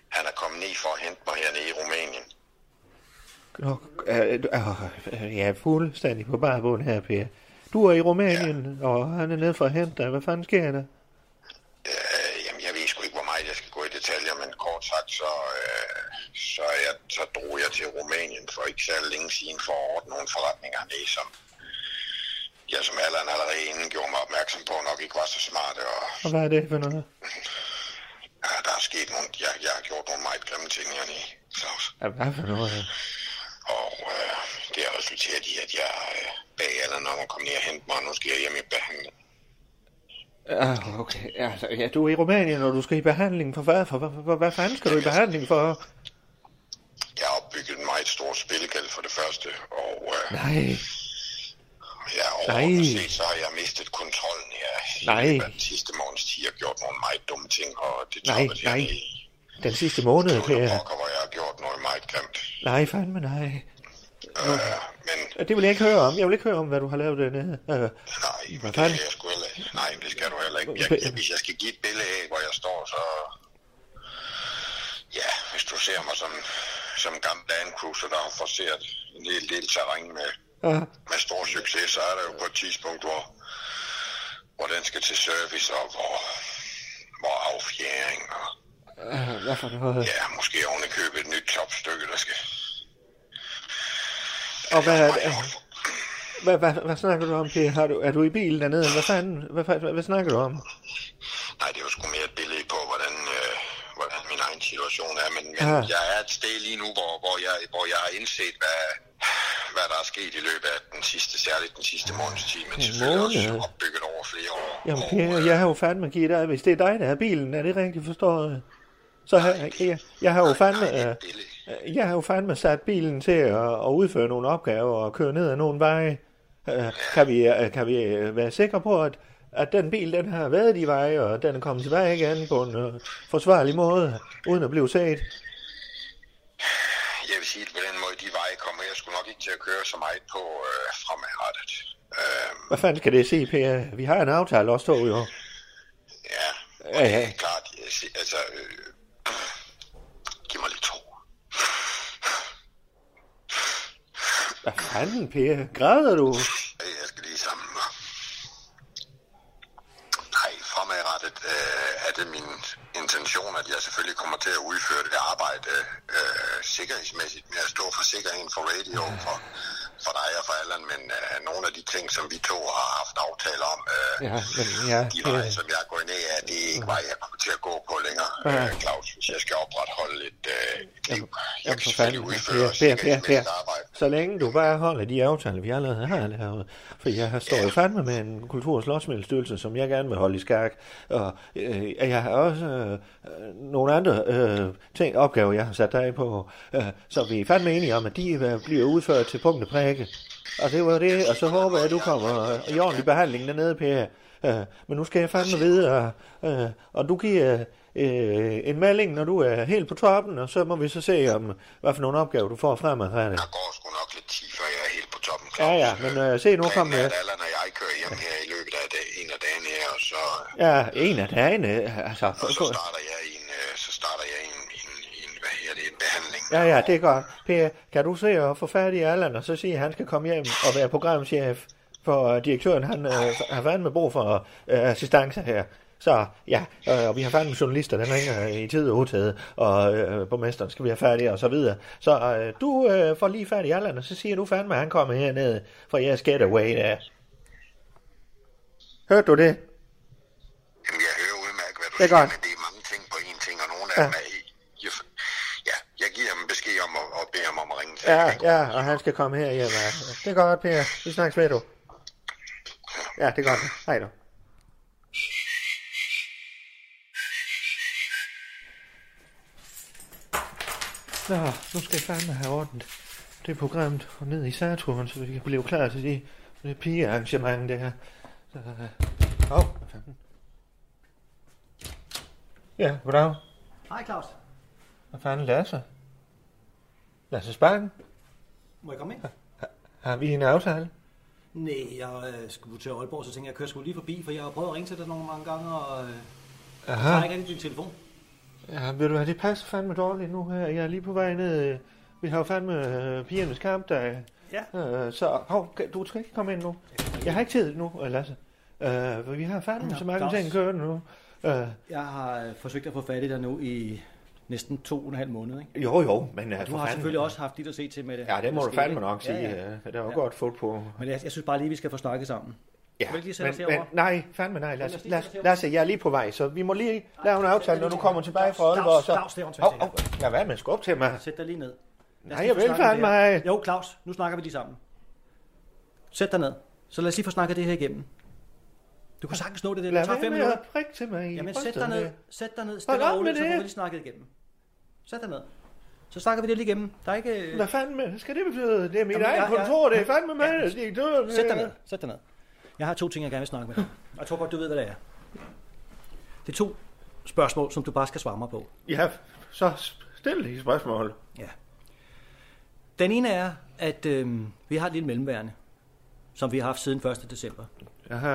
Speaker 5: Han er kommet ned for at hente mig hernede i Rumænien.
Speaker 1: Nå, øh, du- øh, øh, jeg er fuldstændig på bare bund her, Per. Du er i Rumænien, og han er nede for at hente dig. Hvad fanden sker der?
Speaker 5: Øh, jamen, jeg ved sgu ikke, hvor meget jeg skal gå i detaljer, men kort sagt, så, øh, så, er jeg, så drog jeg til Rumænien for ikke særlig længe siden for at ordne nogle forretninger hernede, som jeg som Allan allerede inden gjorde mig opmærksom på, nok ikke var så smart, og
Speaker 1: Og hvad er det for noget?
Speaker 5: ja, der er sket nogle, jeg, jeg har gjort nogle meget grimme ting hernede, Claus.
Speaker 1: Ja, hvad for noget?
Speaker 5: Og øh, det har resulteret i, at jeg øh, bag Allan om at komme ned og hente mig, og nu skal jeg hjem i behandling.
Speaker 1: Ah, okay. Altså, ja, du er i Rumænien, og du skal i behandling for hvad? For, for, for, for hvad fanden skal du i behandling for?
Speaker 5: Jeg har opbygget en meget stor spillegæld for det første, og... Øh,
Speaker 1: Nej,
Speaker 5: Ja, overordnet
Speaker 1: Nej.
Speaker 5: set, så har jeg mistet kontrollen her.
Speaker 1: Nej.
Speaker 5: I løbet af Den sidste morgens tid har gjort nogle meget dumme ting, og det
Speaker 1: Nej,
Speaker 5: toppede jeg
Speaker 1: nej.
Speaker 5: i
Speaker 1: den sidste måned,
Speaker 5: Knudderborg,
Speaker 1: Per.
Speaker 5: hvor jeg har gjort noget meget grimt.
Speaker 1: Nej, fandme nej.
Speaker 5: Øh, men
Speaker 1: Det vil jeg ikke høre om. Jeg vil ikke høre om, hvad du har lavet dernede. Øh,
Speaker 5: nej,
Speaker 1: Hvad
Speaker 5: men det
Speaker 1: fanden?
Speaker 5: skal jeg sgu heller ikke. Nej, men det skal du heller ikke. Jeg, jeg, hvis jeg skal give et billede af, hvor jeg står, så... Ja, hvis du ser mig som, som en gammel Land Cruiser, der har forseret en hel del terræn med,
Speaker 1: ah,
Speaker 5: med stor succes, så er der jo på et tidspunkt, hvor, hvor den skal til service, og hvor, hvor affjæring, og
Speaker 1: ah, hvad for noget?
Speaker 5: ja, måske oven i købet et nyt topstykke, der skal...
Speaker 1: Og hvad, er det- hvad, hvad, hvad snakker du om, Per? Har du, er du i bil dernede? eller Hvad fanden? Hvad, hvad, hvad snakker du om?
Speaker 5: Nej, det er jo sgu mere et billede på, hvordan, øh, hvordan min egen situation er, men, men
Speaker 1: Ja.
Speaker 5: jeg er et sted lige nu, hvor, hvor, jeg, hvor jeg har indset, hvad, hvad der er sket i løbet af den sidste, særligt den sidste måneds tid, men selvfølgelig også
Speaker 1: måned.
Speaker 5: opbygget over flere år.
Speaker 1: Jamen
Speaker 5: Og,
Speaker 1: Per,
Speaker 5: øh,
Speaker 1: jeg har jo fandme givet dig, hvis det er dig, der er bilen, er det rigtigt forstået? Så har jeg, jeg, jeg har jo fandme,
Speaker 5: nej, det er
Speaker 1: øh,
Speaker 5: et billede.
Speaker 1: jeg har jo fandme sat bilen til at, at udføre nogle opgaver og køre ned ad nogle veje. Øh, kan, vi, øh, kan vi øh, være sikre på, at, at den bil, den har været de veje, og den er kommet tilbage igen på en øh, forsvarlig måde, uden at blive set?
Speaker 5: Jeg vil sige, at på den måde, de veje kommer jeg skulle nok ikke til at køre så meget på øh, fremadrettet. Øh,
Speaker 1: Hvad fanden skal det sige, Per? Vi har en aftale også, to jo.
Speaker 5: ja, og
Speaker 1: Ja,
Speaker 5: det
Speaker 1: ja.
Speaker 5: er klart, jeg siger, altså, øh, giv mig lidt to.
Speaker 1: Hvad fanden, Per? Græder du?
Speaker 5: Jeg skal lige sammen. mig. Nej, fremadrettet øh, er det min intention, at jeg selvfølgelig kommer til at udføre det arbejde øh, sikkerhedsmæssigt med at stå for sikkerheden for radio,
Speaker 1: Mm.
Speaker 5: for, for dig og for Allan, men øh, nogle af de ting, som vi to har haft aftaler om, øh,
Speaker 1: Ja, men ja,
Speaker 5: de
Speaker 1: Per.
Speaker 5: veje, som jeg er gået ned af, det er ikke veje, jeg kommer til at gå på længere,
Speaker 1: Ja.
Speaker 5: øh, Claus, hvis jeg skal opretholde et, øh, et liv. Jeg
Speaker 1: Jamen
Speaker 5: kan
Speaker 1: for fanden,
Speaker 5: selvfølgelig udføre
Speaker 1: Per, Per, Per,
Speaker 5: sikkerhedsmæssigt arbejde.
Speaker 1: Per. Så længe du bare holder de aftaler, vi allerede har lavet. For jeg har stået fandme med en kultur- og slotsmiddelstyrelse, som jeg gerne vil holde i skak. Og øh, jeg har også øh, øh, nogle andre øh, ting, opgaver, jeg har sat dig på. Øh, så vi er fandme enige om, at de øh, bliver udført til punkt og prikke. Og det var det, og så håber jeg, at du kommer øh, i ordentlig behandling dernede, Per. Øh, men nu skal jeg fandme videre, øh, og du giver øh, en melding, når du er helt på toppen, og så må vi så se, om, hvad for nogle opgaver du får fremadrettet.
Speaker 5: Der går sgu nok lidt tid, før jeg er helt på toppen.
Speaker 1: Ja,
Speaker 5: Claus.
Speaker 1: ja, men øh, se nu, kom
Speaker 5: Planen er,
Speaker 1: med.
Speaker 5: at Allan og jeg kører hjem her i løbet af dag, en af dagene her, og så,
Speaker 1: Ja, en af dagene, øh, altså.
Speaker 5: og så
Speaker 1: for- for-
Speaker 5: starter jeg en, øh, så starter jeg en, en, en hvad her det, en behandling.
Speaker 1: Ja, ja, det er godt. Per, kan du se og få fat i Allan, og så sige, at han skal komme hjem og være programchef? For øh, direktøren, han øh, har fandme brug for øh, assistance her. Så ja, øh, og vi har fandme journalister, den ringer øh, i tid og utid, og øh, borgmesteren skal vi have færdig og så videre. Så øh, du øh, får lige fat i Allan, og så siger du fandme, at han kommer herned for jeres getaway der. Hørte du det?
Speaker 5: Jamen, jeg hører udmærket, hvad du
Speaker 1: Det er
Speaker 5: siger,
Speaker 1: godt.
Speaker 5: men det er mange ting på én ting, og nogle af
Speaker 1: Ja.
Speaker 5: dem er i. Jeg, ja, jeg giver dem besked om at, at beder ham om at ringe til
Speaker 1: Ja,
Speaker 5: Henrik.
Speaker 1: ja, og han skal komme her hjem. Ja. Det er godt, Per. Vi snakkes ved, du. Ja, det er godt. Hej du. Nå, nu skal jeg fandme have ordnet det program og ned i Saturn, så vi kan blive klar til de, det pigearrangement, det her. Så, øh, Åh, hvad fanden? Ja, goddag.
Speaker 8: Hej Claus.
Speaker 1: Hvad fanden Lasse? Lasse Sparken?
Speaker 8: Må jeg komme ind?
Speaker 1: Har vi en aftale?
Speaker 8: Nej, jeg øh, skulle til Aalborg, så tænkte jeg, at jeg kører sgu lige forbi, for jeg har prøvet at ringe til dig nogle mange gange, og øh, jeg har
Speaker 1: Aha.
Speaker 8: ikke rigtig din telefon.
Speaker 1: Ja, ved du hvad, det passer fandme dårligt nu her. Jeg er lige på vej ned. øh, Vi har jo fandme øh, pigernes kamp, der...
Speaker 8: Ja.
Speaker 1: Øh, så hov, kan- du skal ikke komme ind nu. Jeg har ikke tid nu, øh, Lasse. Øh, for vi har fandme
Speaker 8: Nå,
Speaker 1: så mange
Speaker 8: dags.
Speaker 1: ting kørende nu. Øh,
Speaker 8: Jeg har øh, forsøgt at få fat i dig nu i næsten to og en halv måned, ikke?
Speaker 1: jo, jo, men... Øh,
Speaker 8: Og du har selvfølgelig også haft dit at se til med det.
Speaker 1: Ja, det må
Speaker 8: der
Speaker 1: du
Speaker 8: skete,
Speaker 1: fandme
Speaker 8: ikke?
Speaker 1: nok sige.
Speaker 8: Ja, ja.
Speaker 1: Ja, ja. Det var ja. godt fået på.
Speaker 8: Men jeg, jeg synes bare lige, vi skal få snakket sammen.
Speaker 1: Ja,
Speaker 8: Kan vi ikke lige sætte os herover?
Speaker 1: nej, fandme nej, Lasse.
Speaker 8: os lige sætte os
Speaker 1: Lasse,
Speaker 8: herover.
Speaker 1: Lasse, jeg er lige på vej, så vi må lige lave en aftale, når du kommer tilbage fra
Speaker 8: Claus,
Speaker 1: Aalborg. Så...
Speaker 8: Claus, det er
Speaker 1: Hov,
Speaker 8: åndssvagt,
Speaker 1: hov, lad være med at skubbe til mig.
Speaker 8: Sæt dig lige ned. Lad os
Speaker 1: Nej,
Speaker 8: lige
Speaker 1: jeg
Speaker 8: få
Speaker 1: vil
Speaker 8: snakket
Speaker 1: fandme
Speaker 8: det her.
Speaker 1: ej.
Speaker 8: Jo, Claus, nu snakker vi lige sammen. Sæt dig ned. Så lad os lige få snakket det her igennem. Du kan sagtens nå det der. Det
Speaker 1: Lad
Speaker 8: tager
Speaker 1: være
Speaker 8: fem
Speaker 1: med
Speaker 8: minutter.
Speaker 1: at prikke til mig i
Speaker 8: Jamen sæt
Speaker 1: brystet
Speaker 8: dig ned,
Speaker 1: med-
Speaker 8: sæt dig ned, stille
Speaker 1: op
Speaker 8: og roligt,
Speaker 1: med
Speaker 8: så får
Speaker 1: det.
Speaker 8: vi lige snakket igennem. Sæt dig ned. Så snakker vi det lige igennem. Der er ikke... øh,
Speaker 1: Hvad fanden skal det betyde? Det er mit
Speaker 8: Jamen,
Speaker 1: eget
Speaker 8: jeg- jeg-
Speaker 1: kontor, det er fandme mig, ja, direktøren.
Speaker 8: Sæt dig ned, sæt dig ned. Jeg har to ting, jeg gerne vil snakke med dig. om. Jeg tror godt, du ved, hvad det er. Det er to spørgsmål, som du bare skal svare mig på.
Speaker 1: Ja, så stil lige spørgsmål.
Speaker 8: Ja. Den ene er, at øh, vi har et lille mellemværende, som vi har haft siden 1. december.
Speaker 1: Aha.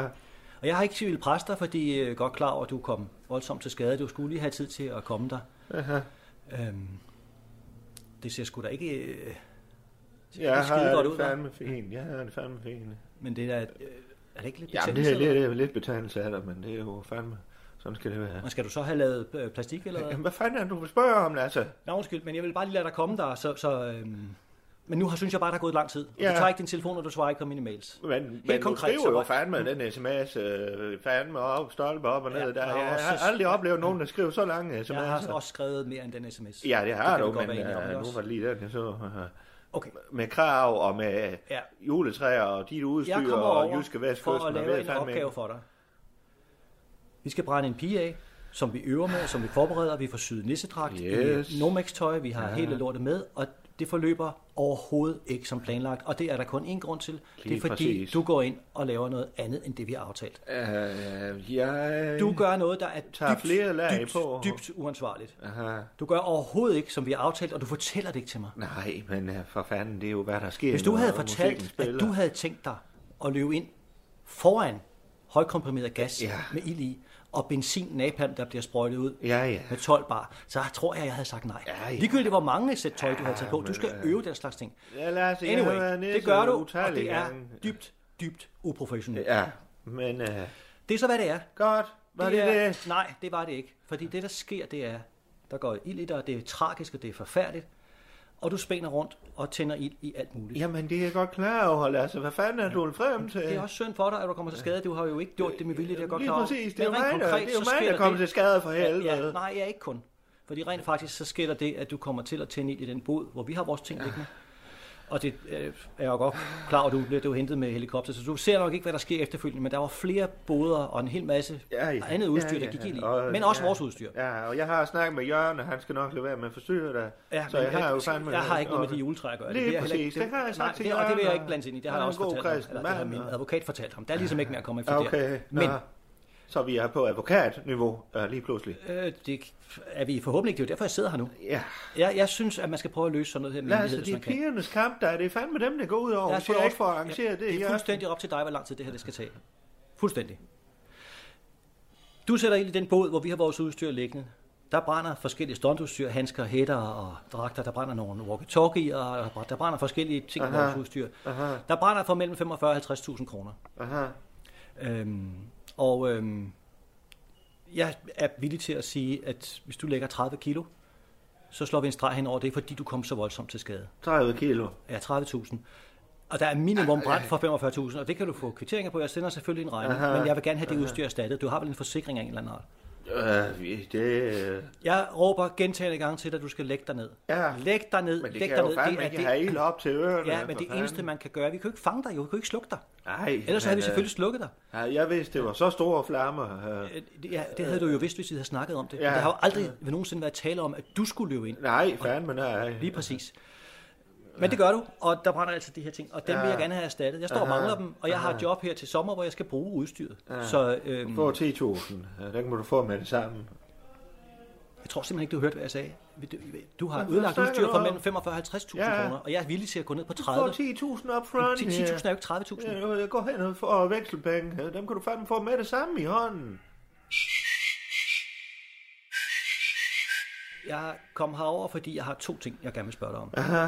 Speaker 8: Og jeg har ikke civil præster, fordi jeg er godt klar over, at du kom voldsomt til skade. Du skulle lige have tid til at komme der. Øhm, det ser sgu da ikke... Øh,
Speaker 1: Ja,
Speaker 8: det skide godt
Speaker 1: det
Speaker 8: ud, hva'?
Speaker 1: fandme fint. Ja, det er fandme fint.
Speaker 8: men det er, da- øh, er det ikke lidt
Speaker 1: Jamen, det
Speaker 8: betændelse,
Speaker 1: her det er,
Speaker 8: eller
Speaker 1: det er lidt betændelse af dig, men det er jo fandme... Sådan skal det være.
Speaker 8: hvad? Og skal du så have lavet øh, plastik eller hvad?
Speaker 1: Jamen, hvad fanden er det, du vil spørge om, Altså, Lasse?
Speaker 8: Nå, undskyld, men jeg vil bare lige lade dig komme der, så... så øhm, men nu har, synes jeg bare, der er gået lang tid. Og
Speaker 1: Ja.
Speaker 8: Du tager ikke din telefon, og du svarer ikke på mine mails.
Speaker 1: Men, men du
Speaker 8: konkret,
Speaker 1: skriver
Speaker 8: så-
Speaker 1: jo fandme den sms, øh, fandme op, stolpe op og ned
Speaker 8: Ja,
Speaker 1: der.
Speaker 8: og
Speaker 1: Jeg
Speaker 8: så-
Speaker 1: har aldrig oplevet nogen, der skriver så lange sms'er.
Speaker 8: Jeg har også skrevet mere end den sms.
Speaker 1: Ja, det har
Speaker 8: kan vi
Speaker 1: du,
Speaker 8: godt
Speaker 1: men
Speaker 8: være enige om,
Speaker 1: øh,
Speaker 8: ikke
Speaker 1: nu
Speaker 8: også?
Speaker 1: var det lige den, jeg så. øh,
Speaker 8: Okay,
Speaker 1: Med krav og med
Speaker 8: Ja.
Speaker 1: juletræer og dit
Speaker 8: jeg
Speaker 1: udstyr
Speaker 8: kommer
Speaker 1: og
Speaker 8: over
Speaker 1: jyske vestkysten.
Speaker 8: for
Speaker 1: og
Speaker 8: at
Speaker 1: hvad
Speaker 8: lave en
Speaker 1: fanden
Speaker 8: opgave
Speaker 1: ikke.
Speaker 8: for dig. Vi skal brænde en pige af, som vi øver med, som vi forbereder. Vi får syet nissedragt,
Speaker 1: Yes.
Speaker 8: i Nomex-tøj, vi har ja. hele lortet med, og det forløber overhovedet ikke som planlagt. Og det er der kun én grund til. det
Speaker 1: Lige
Speaker 8: er fordi,
Speaker 1: præcis.
Speaker 8: du går ind og laver noget andet, end det vi har aftalt.
Speaker 1: Øh, jeg...
Speaker 8: Du gør noget, der er
Speaker 1: Tager
Speaker 8: dybt,
Speaker 1: flere lag
Speaker 8: dybt,
Speaker 1: på.
Speaker 8: dybt uansvarligt.
Speaker 1: Aha.
Speaker 8: Du gør overhovedet ikke, som vi har aftalt, og du fortæller det ikke til mig.
Speaker 1: Nej, men øh, for fanden, det er jo, hvad der sker.
Speaker 8: Hvis du
Speaker 1: når
Speaker 8: havde
Speaker 1: musikken
Speaker 8: fortalt, at
Speaker 1: øh, spiller.
Speaker 8: du havde tænkt dig at løbe ind foran højkomprimeret gas
Speaker 1: Ja.
Speaker 8: ja. med ild i, og benzin napalm, der bliver sprøjtet ud
Speaker 1: Ja, ja.
Speaker 8: med 12 bar, så tror jeg, jeg havde sagt nej.
Speaker 1: Ja, øh, ja.
Speaker 8: Ligegyldigt hvor mange sæt tøj, du havde taget på. Du skal øve den slags ting.
Speaker 1: Ja, Lasse, jeg har været
Speaker 8: Anyway,
Speaker 1: nede
Speaker 8: det gør
Speaker 1: så
Speaker 8: du, og
Speaker 1: utallige
Speaker 8: det er
Speaker 1: gange.
Speaker 8: dybt, dybt uprofessionelt.
Speaker 1: Ja, men... Øh,
Speaker 8: Det er så, hvad det er.
Speaker 1: godt, var det
Speaker 8: er,
Speaker 1: det?
Speaker 8: Nej, det var det ikke. Fordi det, der sker, det er, der går ild i dig, og det er tragisk, og det er forfærdeligt. Og du spænder rundt og tænder ild i alt muligt.
Speaker 1: Jamen, det er jeg godt klar over, Lasse. Hvad fanden er du frem til?
Speaker 8: Det er også synd for dig, at du kommer til skade. Du har jo ikke gjort det med vilje, det er godt
Speaker 1: Lige
Speaker 8: klar over.
Speaker 1: præcis. Det er
Speaker 8: Men
Speaker 1: jo
Speaker 8: rent
Speaker 1: mig, der-
Speaker 8: konkret,
Speaker 1: det er jo
Speaker 8: så
Speaker 1: mig, der
Speaker 8: sker
Speaker 1: kommer til
Speaker 8: det-
Speaker 1: skade for
Speaker 8: Ja,
Speaker 1: helvede.
Speaker 8: Ja, nej, jeg er ikke kun. Fordi rent faktisk, så sker der det, at du kommer til at tænde ild i den båd, hvor vi har vores ting liggende. Og det øh, er jeg jo godt klar over, du bliver du hentet med helikopter, så du ser nok ikke, hvad der sker efterfølgende, men der var flere båder og en hel masse
Speaker 1: Ja, ja.
Speaker 8: andet udstyr,
Speaker 1: Ja, ja.
Speaker 8: der gik ild i.
Speaker 1: Og,
Speaker 8: Men også
Speaker 1: ja.
Speaker 8: vores udstyr.
Speaker 1: Ja, og jeg har snakket med Jørgen, og han skal nok lade være med at forstyrre dig. så
Speaker 8: men altså,
Speaker 1: jeg, har jo fandme...
Speaker 8: jeg har ikke noget med de juletræer at gøre.
Speaker 1: Lige
Speaker 8: vil jeg heller
Speaker 1: præcis,
Speaker 8: ikke-
Speaker 1: det har jeg sagt
Speaker 8: nej,
Speaker 1: til
Speaker 8: det, og det vil jeg
Speaker 1: Jørgen,
Speaker 8: ikke blandes ind i. Det har
Speaker 1: han
Speaker 8: jeg
Speaker 1: er
Speaker 8: også
Speaker 1: en god
Speaker 8: fortalt ham.
Speaker 1: kristen
Speaker 8: Eller det har
Speaker 1: mand,
Speaker 8: min
Speaker 1: og-
Speaker 8: advokat fortalt ham. Der er ligesom ikke mere at komme efter
Speaker 1: Okay,
Speaker 8: der. Men
Speaker 1: nå. Så vi er på advokatniveau øh, lige pludselig.
Speaker 8: Øh, det er vi forhåbentlig ikke. Det er jo derfor, jeg sidder her nu.
Speaker 1: Ja,
Speaker 8: Jeg, jeg synes, at man skal prøve at løse sådan noget her med
Speaker 1: Lasse,
Speaker 8: myndighed,
Speaker 1: det
Speaker 8: hvis
Speaker 1: er
Speaker 8: man kan.
Speaker 1: pigernes kamp, der er det er fandme dem, der går ud over.
Speaker 8: Lad
Speaker 1: Jeg
Speaker 8: os få
Speaker 1: skal
Speaker 8: lov-
Speaker 1: ikke for at arrangere det.
Speaker 8: det er
Speaker 1: jeg-
Speaker 8: fuldstændig op til dig, hvor lang tid det her det skal tage. Fuldstændig. Du sætter ind i den båd, hvor vi har vores udstyr liggende. Der brænder forskellige stuntudstyr, handsker, hætter og dragter. Der brænder nogle walkie-talkie, og der brænder forskellige ting i vores udstyr. Aha. Der brænder for mellem 45 og 50.000 kroner.
Speaker 1: Aha.
Speaker 8: Øhm, og øhm, jeg er villig til at sige, at hvis du lægger 30 kilo, så slår vi en streg hen over det, fordi du kom så voldsomt til skade.
Speaker 1: 30 kilo.
Speaker 8: Ja, 30.000. Og der er minimum brændt for 45.000, og det kan du få kvitteringer på. Jeg sender selvfølgelig en regning, Aha. men jeg vil gerne have det udstyr erstattet. Du har vel en forsikring af en eller anden art?
Speaker 1: Øh, vi- det... øh,
Speaker 8: Jeg råber gentagende gange til dig, at du skal lægge dig ned.
Speaker 1: Ja.
Speaker 8: Læg dig ned,
Speaker 1: Men det
Speaker 8: læg
Speaker 1: kan
Speaker 8: dig
Speaker 1: jeg
Speaker 8: ned.
Speaker 1: jo fandme ikke have helt op til ørerne.
Speaker 8: Ja, men det eneste, man kan gøre, vi kan jo ikke fange dig, jo. vi kan jo ikke slukke dig.
Speaker 1: Nej,
Speaker 8: Ellers havde vi selvfølgelig slukket dig.
Speaker 1: Ja, jeg vidste, det var så store flammer. Øh,
Speaker 8: Øh, det- Ja, det havde du jo vidst, hvis vi havde snakket om det. Ja.
Speaker 1: Ja.
Speaker 8: Der har jo aldrig ved nogensinde været tale om, at du skulle løbe ind.
Speaker 1: nej, fandme nej.
Speaker 8: Lige præcis. Men det gør du, og der brænder altså de her ting, og dem ja. vil jeg gerne have erstattet. Jeg står og mangler dem, og jeg har et job her til sommer, hvor jeg skal bruge udstyret. Ja. Så øhm,
Speaker 1: Få 10.000. Øh, Den kan du få med det samme.
Speaker 8: jeg tror simpelthen ikke, du hørte, hvad jeg sagde. Du, du har
Speaker 1: Hvad
Speaker 8: udlagt
Speaker 1: snakker
Speaker 8: udstyret
Speaker 1: du
Speaker 8: for
Speaker 1: om?
Speaker 8: mellem 45 og 50.000
Speaker 1: Ja.
Speaker 8: kroner, og jeg er villig til at gå ned på
Speaker 1: Få
Speaker 8: 30.
Speaker 1: 10.000 up front.
Speaker 8: 10.000 er jo ikke 30.000.
Speaker 1: Ja, gå hen og få vekselpenge. Øh, Dem kan du fandme få med det samme i hånden.
Speaker 8: Jeg kom herover, fordi jeg har to ting, jeg gerne vil spørge dig om. Aha.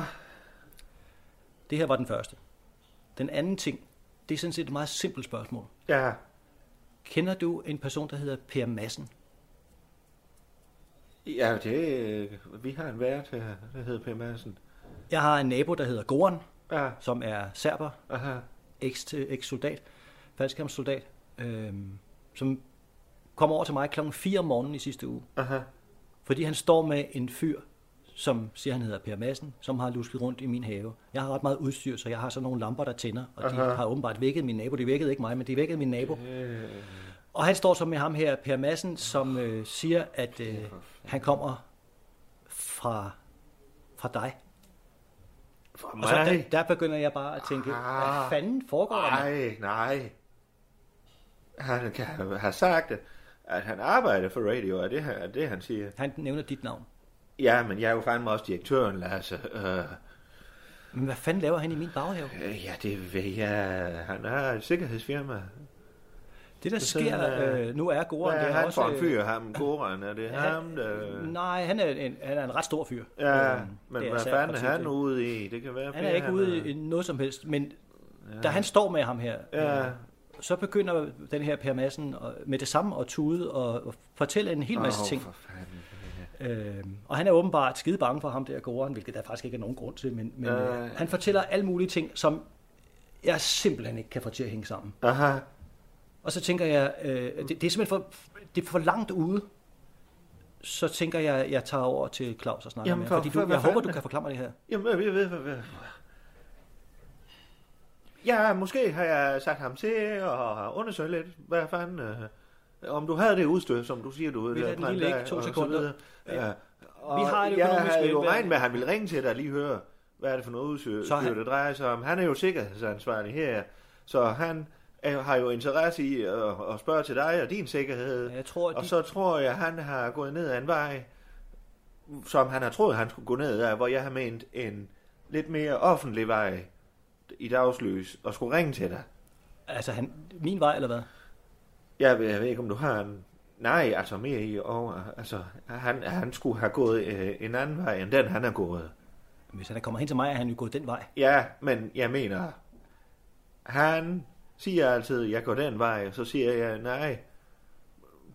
Speaker 8: Det her var den første. Den anden ting, det er sådan set et meget simpelt spørgsmål.
Speaker 1: Ja,
Speaker 8: Kender du en person, der hedder Per Madsen?
Speaker 1: ja det, øh, vi har en vært her, der hedder Per Madsen.
Speaker 8: Jeg har en nabo, der hedder Goran,
Speaker 1: Ja,
Speaker 8: som er serber,
Speaker 1: aha.
Speaker 8: eks- eks-soldat, faldskærmssoldat, øhm, som kom over til mig klokken 4 om morgenen i sidste uge.
Speaker 1: Aha.
Speaker 8: Fordi han står med en fyr, som siger, han hedder Per Madsen, som har lusket rundt i min have. Jeg har ret meget udstyr, så jeg har sådan nogle lamper, der tænder, og de har åbenbart vækket min nabo. De vækkede ikke mig, men de vækkede min nabo.
Speaker 1: Øh.
Speaker 8: Og han står så med ham her, Per Madsen, som øh, siger, at øh, han kommer fra, fra dig.
Speaker 1: For
Speaker 8: Og så der,
Speaker 1: mig?
Speaker 8: der begynder jeg bare at tænke, hvad
Speaker 1: Ah.
Speaker 8: fanden foregår der?
Speaker 1: Nej,
Speaker 8: mand?
Speaker 1: nej. Han kan have sagt, at han arbejder for radio, er det, han- er det han siger.
Speaker 8: Han nævner dit navn.
Speaker 1: Ja, men jeg er jo fandme også direktøren, Lasse. Øh,
Speaker 8: Men hvad fanden laver han i min baghave?
Speaker 1: øh, ja, det ved jeg. Han har et sikkerhedsfirma.
Speaker 8: Det der
Speaker 1: Så
Speaker 8: sker,
Speaker 1: sådan, øh,
Speaker 8: øh, nu er Goran,
Speaker 1: Hvad
Speaker 8: det
Speaker 1: er
Speaker 8: er
Speaker 1: han
Speaker 8: også...
Speaker 1: for en
Speaker 8: øh,
Speaker 1: fyr, ham Goran? Er det ham, der...
Speaker 8: Nej, han er, en, han er en ret stor fyr.
Speaker 1: Øh. Ja,
Speaker 8: Øhm,
Speaker 1: men
Speaker 8: det
Speaker 1: hvad
Speaker 8: særligt
Speaker 1: fanden er
Speaker 8: partiet,
Speaker 1: han
Speaker 8: det.
Speaker 1: ude i? Det kan være,
Speaker 8: Han er ikke ude i noget som helst, men da han står med ham her,
Speaker 1: Ja.
Speaker 8: øh, så begynder den her Per Madsen og, med det samme at tude og, og fortælle en hel masse
Speaker 1: Åh,
Speaker 8: ting.
Speaker 1: for fanden.
Speaker 8: Øh, og han er åbenbart skide bange for ham der Goran, hvilket der faktisk ikke er nogen grund til, men, men øh, han fortæller alle mulige ting, som jeg simpelthen ikke kan få til at hænge sammen.
Speaker 1: Aha.
Speaker 8: Og så tænker jeg, øh, det, det er simpelthen for, det er for langt ude. Så tænker jeg, jeg tager over til Claus og snakker
Speaker 1: Jamen,
Speaker 8: med
Speaker 1: for-
Speaker 8: ham. Fordi
Speaker 1: for-
Speaker 8: du,
Speaker 1: hvad
Speaker 8: jeg håber,
Speaker 1: fanden?
Speaker 8: du kan forklare mig det her.
Speaker 1: Jamen, jeg ved, hvad... hvad- Ja, måske har jeg sagt ham til at undersøge lidt, hvad fanden... Øh, om du havde det udstyr, som du siger, du
Speaker 8: Vi lader den lige ligge to sekunder.
Speaker 1: Ja. Og
Speaker 8: Vi har et
Speaker 1: jeg
Speaker 8: økonomisk
Speaker 1: havde jo
Speaker 8: netværk.
Speaker 1: regnet med, at han ville ringe til dig og lige høre, hvad er det for noget udstyr,
Speaker 8: Så
Speaker 1: så
Speaker 8: han-
Speaker 1: han... det drejer sig om. Han er jo sikkerhedsansvarlig her, så han er, har jo interesse i at, at spørge til dig og din sikkerhed.
Speaker 8: Ja, jeg tror, at
Speaker 1: og
Speaker 8: de-
Speaker 1: så tror jeg, han har gået ned ad en vej, som han har troet, han skulle gå ned ad, hvor jeg har ment en lidt mere offentlig vej i dagslys, og skulle ringe til dig.
Speaker 8: Altså, han, min vej eller hvad?
Speaker 1: Jeg ved, jeg ved ikke, om du har en... Nej, altså mere i år. Altså, han, han skulle have gået øh, en anden vej, end den han er gået.
Speaker 8: Hvis han kommer hen til mig, er han jo gået den vej.
Speaker 1: Ja, men jeg mener... Han siger altid, jeg går den vej, så siger jeg, nej,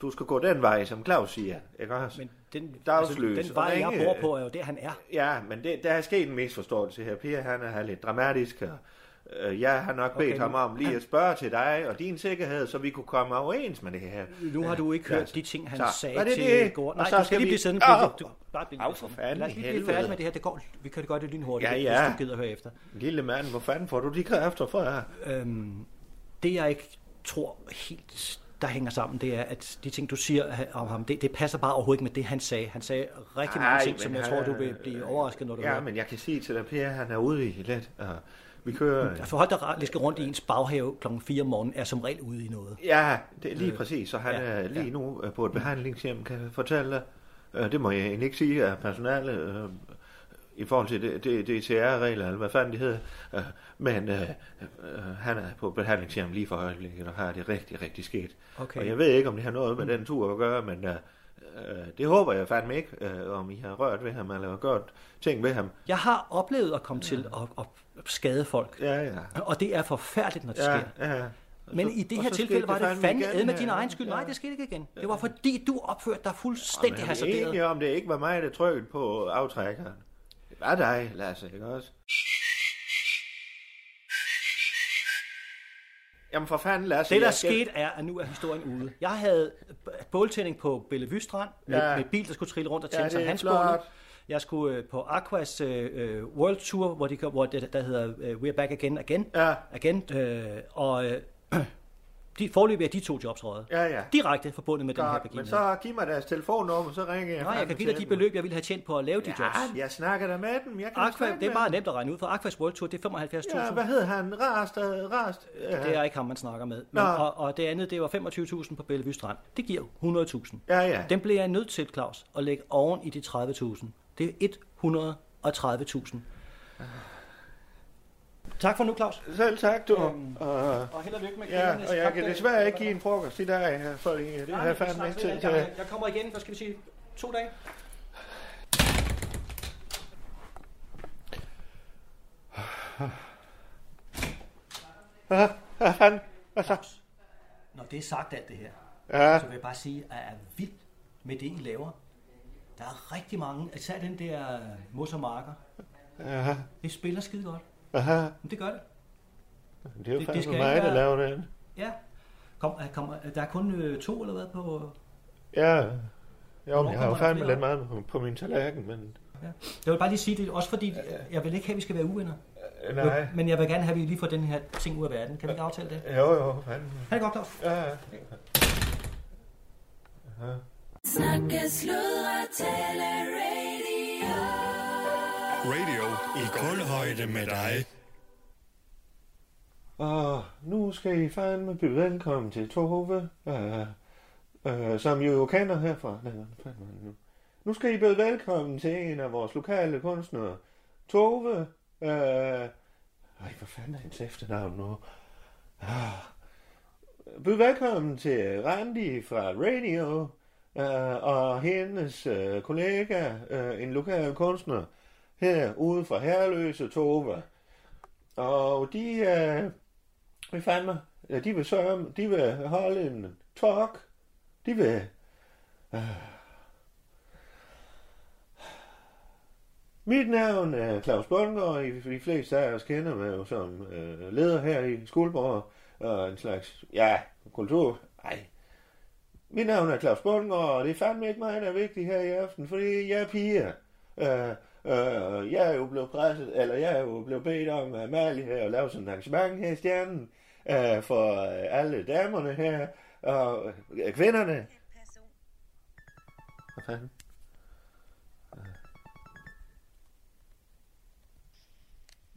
Speaker 1: du skal gå den vej, som Claus siger, ikke også?
Speaker 8: Men den, altså,
Speaker 1: Dagslys
Speaker 8: den
Speaker 1: og
Speaker 8: vej, jeg
Speaker 1: ringe.
Speaker 8: bor på, er jo der, han er.
Speaker 1: Ja, men det, der er sket en misforståelse her. Per, han er lidt dramatisk, og øh, jeg har nok bedt
Speaker 8: Okay,
Speaker 1: ham
Speaker 8: nu-
Speaker 1: om lige at spørge til dig og din sikkerhed, så vi kunne komme overens med det her.
Speaker 8: Nu har du ikke
Speaker 1: Ja,
Speaker 8: hørt
Speaker 1: så-
Speaker 8: de ting, han
Speaker 1: så,
Speaker 8: sagde
Speaker 1: var det
Speaker 8: til
Speaker 1: det?
Speaker 8: Goran.
Speaker 1: Og
Speaker 8: Nej,
Speaker 1: så
Speaker 8: du skal
Speaker 1: skal
Speaker 8: lige
Speaker 1: vi-
Speaker 8: blive siddende.
Speaker 1: Au!
Speaker 8: Du, bare blive
Speaker 1: Au, for fanden
Speaker 8: Lad os
Speaker 1: i
Speaker 8: lige blive
Speaker 1: helvede.
Speaker 8: færdige med det her. Det går, vi kan gøre det lynhurtigt,
Speaker 1: Ja, ja.
Speaker 8: hvis du gider at høre efter.
Speaker 1: Lille mand, hvor fanden får du de kræfter fra?
Speaker 8: Øhm, det jeg ikke tror helt der hænger sammen, det er, at de ting, du siger ha- om ham, det, det passer bare overhovedet ikke med det, han sagde. Han sagde rigtig mange
Speaker 1: Ej,
Speaker 8: ting, som
Speaker 1: men
Speaker 8: jeg
Speaker 1: han-
Speaker 8: tror, du vil blive overrasket, når du
Speaker 1: Ja,
Speaker 8: hører.
Speaker 1: men jeg kan sige til dig, Per, han er ude i lidt, og vi kører...
Speaker 8: At forholde dig ra- lidt rundt i ens baghave kl. 4 om morgenen er som regel ude i noget.
Speaker 1: Ja, det er lige præcis, så han
Speaker 8: Øh, ja, Mm.
Speaker 1: ja, er lige
Speaker 8: ja.
Speaker 1: ja. nu øh, på et behandlingshjem, kan jeg fortælle dig. Øh, Det må jeg egentlig ikke sige af personale, øh, i forhold til det- det- DCR-regler, eller hvad fanden det hedder. Øh, Men øh, øh, han er på et behandlingshjem lige for øjeblikket, og har det rigtig, rigtig skidt.
Speaker 8: Okay. Mm.
Speaker 1: Og jeg ved ikke, om det har noget med den tur at gøre, men øh, øh, det håber jeg fandme ikke, øh, om I har rørt ved ham, eller gjort ting ved ham.
Speaker 8: Jeg har oplevet at komme til at, at skade folk,
Speaker 1: Ja, ja.
Speaker 8: og det er forfærdeligt, når det
Speaker 1: Ja,
Speaker 8: sker.
Speaker 1: ja.
Speaker 8: Men
Speaker 1: Og så-
Speaker 8: i det
Speaker 1: og
Speaker 8: her
Speaker 1: så
Speaker 8: tilfælde
Speaker 1: skete
Speaker 8: var det fandme
Speaker 1: igen
Speaker 8: ad med
Speaker 1: her.
Speaker 8: din egen skyld. Nej, det skete ikke igen. Det var fordi, du opførte dig fuldstændig
Speaker 1: Men er vi
Speaker 8: hasarderet.
Speaker 1: enige om, det ikke var mig, der trykkede på aftrækkeren? Det var dig, Lasse, ikke også? Jamen for fanden, Lasse.
Speaker 8: Det, der
Speaker 1: jeg-
Speaker 8: skete, er, at nu er historien ude. Jeg havde b- båltænding på Bellevue Strand med,
Speaker 1: Ja.
Speaker 8: ja. med bil, der skulle trille rundt og
Speaker 1: Ja,
Speaker 8: tænde
Speaker 1: det
Speaker 8: ja,
Speaker 1: er
Speaker 8: hans
Speaker 1: flot.
Speaker 8: bål. Jeg skulle øh, på Aquas øh, øh, World Tour, hvor, de, kom- hvor det, der hedder øh, We're Back Again Again.
Speaker 1: Ja.
Speaker 8: again øh, og øh, de forløb af de to jobs røget.
Speaker 1: Ja, ja.
Speaker 8: Direkte forbundet med den her
Speaker 1: Godt, men
Speaker 8: begivenhed.
Speaker 1: så giv mig deres telefonnummer, så ringer jeg.
Speaker 8: Nej,
Speaker 1: frem
Speaker 8: jeg kan give dig
Speaker 1: til
Speaker 8: de
Speaker 1: dem.
Speaker 8: beløb, jeg ville have tjent på at lave de jobs.
Speaker 1: Ja, jeg snakker da med dem. Jeg kan
Speaker 8: Aqua,
Speaker 1: snakke
Speaker 8: det er
Speaker 1: med
Speaker 8: bare
Speaker 1: dem.
Speaker 8: nemt at regne ud, for Aquas World Tour, det er 75.000.
Speaker 1: Ja, hvad hed han? Rast, øh, rast. Ja,
Speaker 8: Det er ikke ham, man snakker med. Men,
Speaker 1: Nå.
Speaker 8: og, og det andet, det var 25.000 på Bellevue Strand. Det giver 100.000.
Speaker 1: ja. ja.
Speaker 8: Den blev jeg nødt til, Claus, at lægge oven i de 30.000. Det er 130.000. Tak for nu, Claus.
Speaker 1: Selv tak, du. Og-
Speaker 8: Og held og lykke med
Speaker 1: Ja, og jeg kan desværre ikke give en frokost i dag, øh, fordi det har jeg fandme ikke tid til.
Speaker 8: Jeg kommer igen, hvad skal vi sige, to dage?
Speaker 1: Hvad fanden? Hvad så?
Speaker 8: Når det er sagt alt det her,
Speaker 1: Ja,
Speaker 8: så vil jeg bare sige, at jeg er vild med det, I laver. Der er rigtig mange, især den der øh, mos og marker.
Speaker 1: ja,
Speaker 8: Det spiller skide godt.
Speaker 1: aha.
Speaker 8: Men det gør det.
Speaker 1: Det er jo
Speaker 8: Det- det
Speaker 1: fandme
Speaker 8: skal ikke
Speaker 1: mig, der
Speaker 8: være-
Speaker 1: laver den.
Speaker 8: Ja. Kom, øh, kom, øh, der er kun øh, to eller hvad på...
Speaker 1: Ja, jo, men
Speaker 8: Hvornår
Speaker 1: jeg har jo
Speaker 8: kommer der
Speaker 1: fandme
Speaker 8: flere?
Speaker 1: lidt meget på- på min tallerken, men...
Speaker 8: Ja. Jeg vil bare lige sige det, også fordi øh, jeg vil ikke have, at vi skal være uvenner.
Speaker 1: Øh, Nej,
Speaker 8: Men jeg vil gerne have, at vi lige får den her ting ud af verden. Kan vi ikke aftale det?
Speaker 1: jo, jo, fandme.
Speaker 8: Ha' det godt, Claus.
Speaker 1: Ja, ja.
Speaker 9: Snakke, sludre, tale, radio.
Speaker 10: Radio i kulhøjde med dig.
Speaker 1: Og Ah, nu skal I fandme byde velkommen til Tove, øh, øh, som I jo kender herfra. Nej, hvad fanden var det nu? Nu skal I byde velkommen til en af vores lokale kunstnere, Tove. Øh, ej, hvad fanden er hendes efternavn nu? Ah. Byd velkommen til Randi fra Radio, øh, og hendes øh, kollega, øh, en lokal kunstner, her ude fra Herløse, Tove. Og de, øh, hvad fanden mig? Ja, de vil sørge, de vil holde en talk. De vil... Øh, mit navn er Claus Bundgaard, I de fleste af os kender mig jo som øh, leder her i Skuldborg, og Øh, en slags, ja, kultur, ej. Mit navn er Claus Bundgaard, og det er fandme ikke mig, der er vigtig her i aften, fordi jeg er piger. Øh, øh, jeg er jo blevet presset, eller jeg er jo blevet bedt om at Amalie her og lave sådan et arrangement her i Stjernen øh, for øh, alle damerne her og øh, kvinderne. Hvad fanden?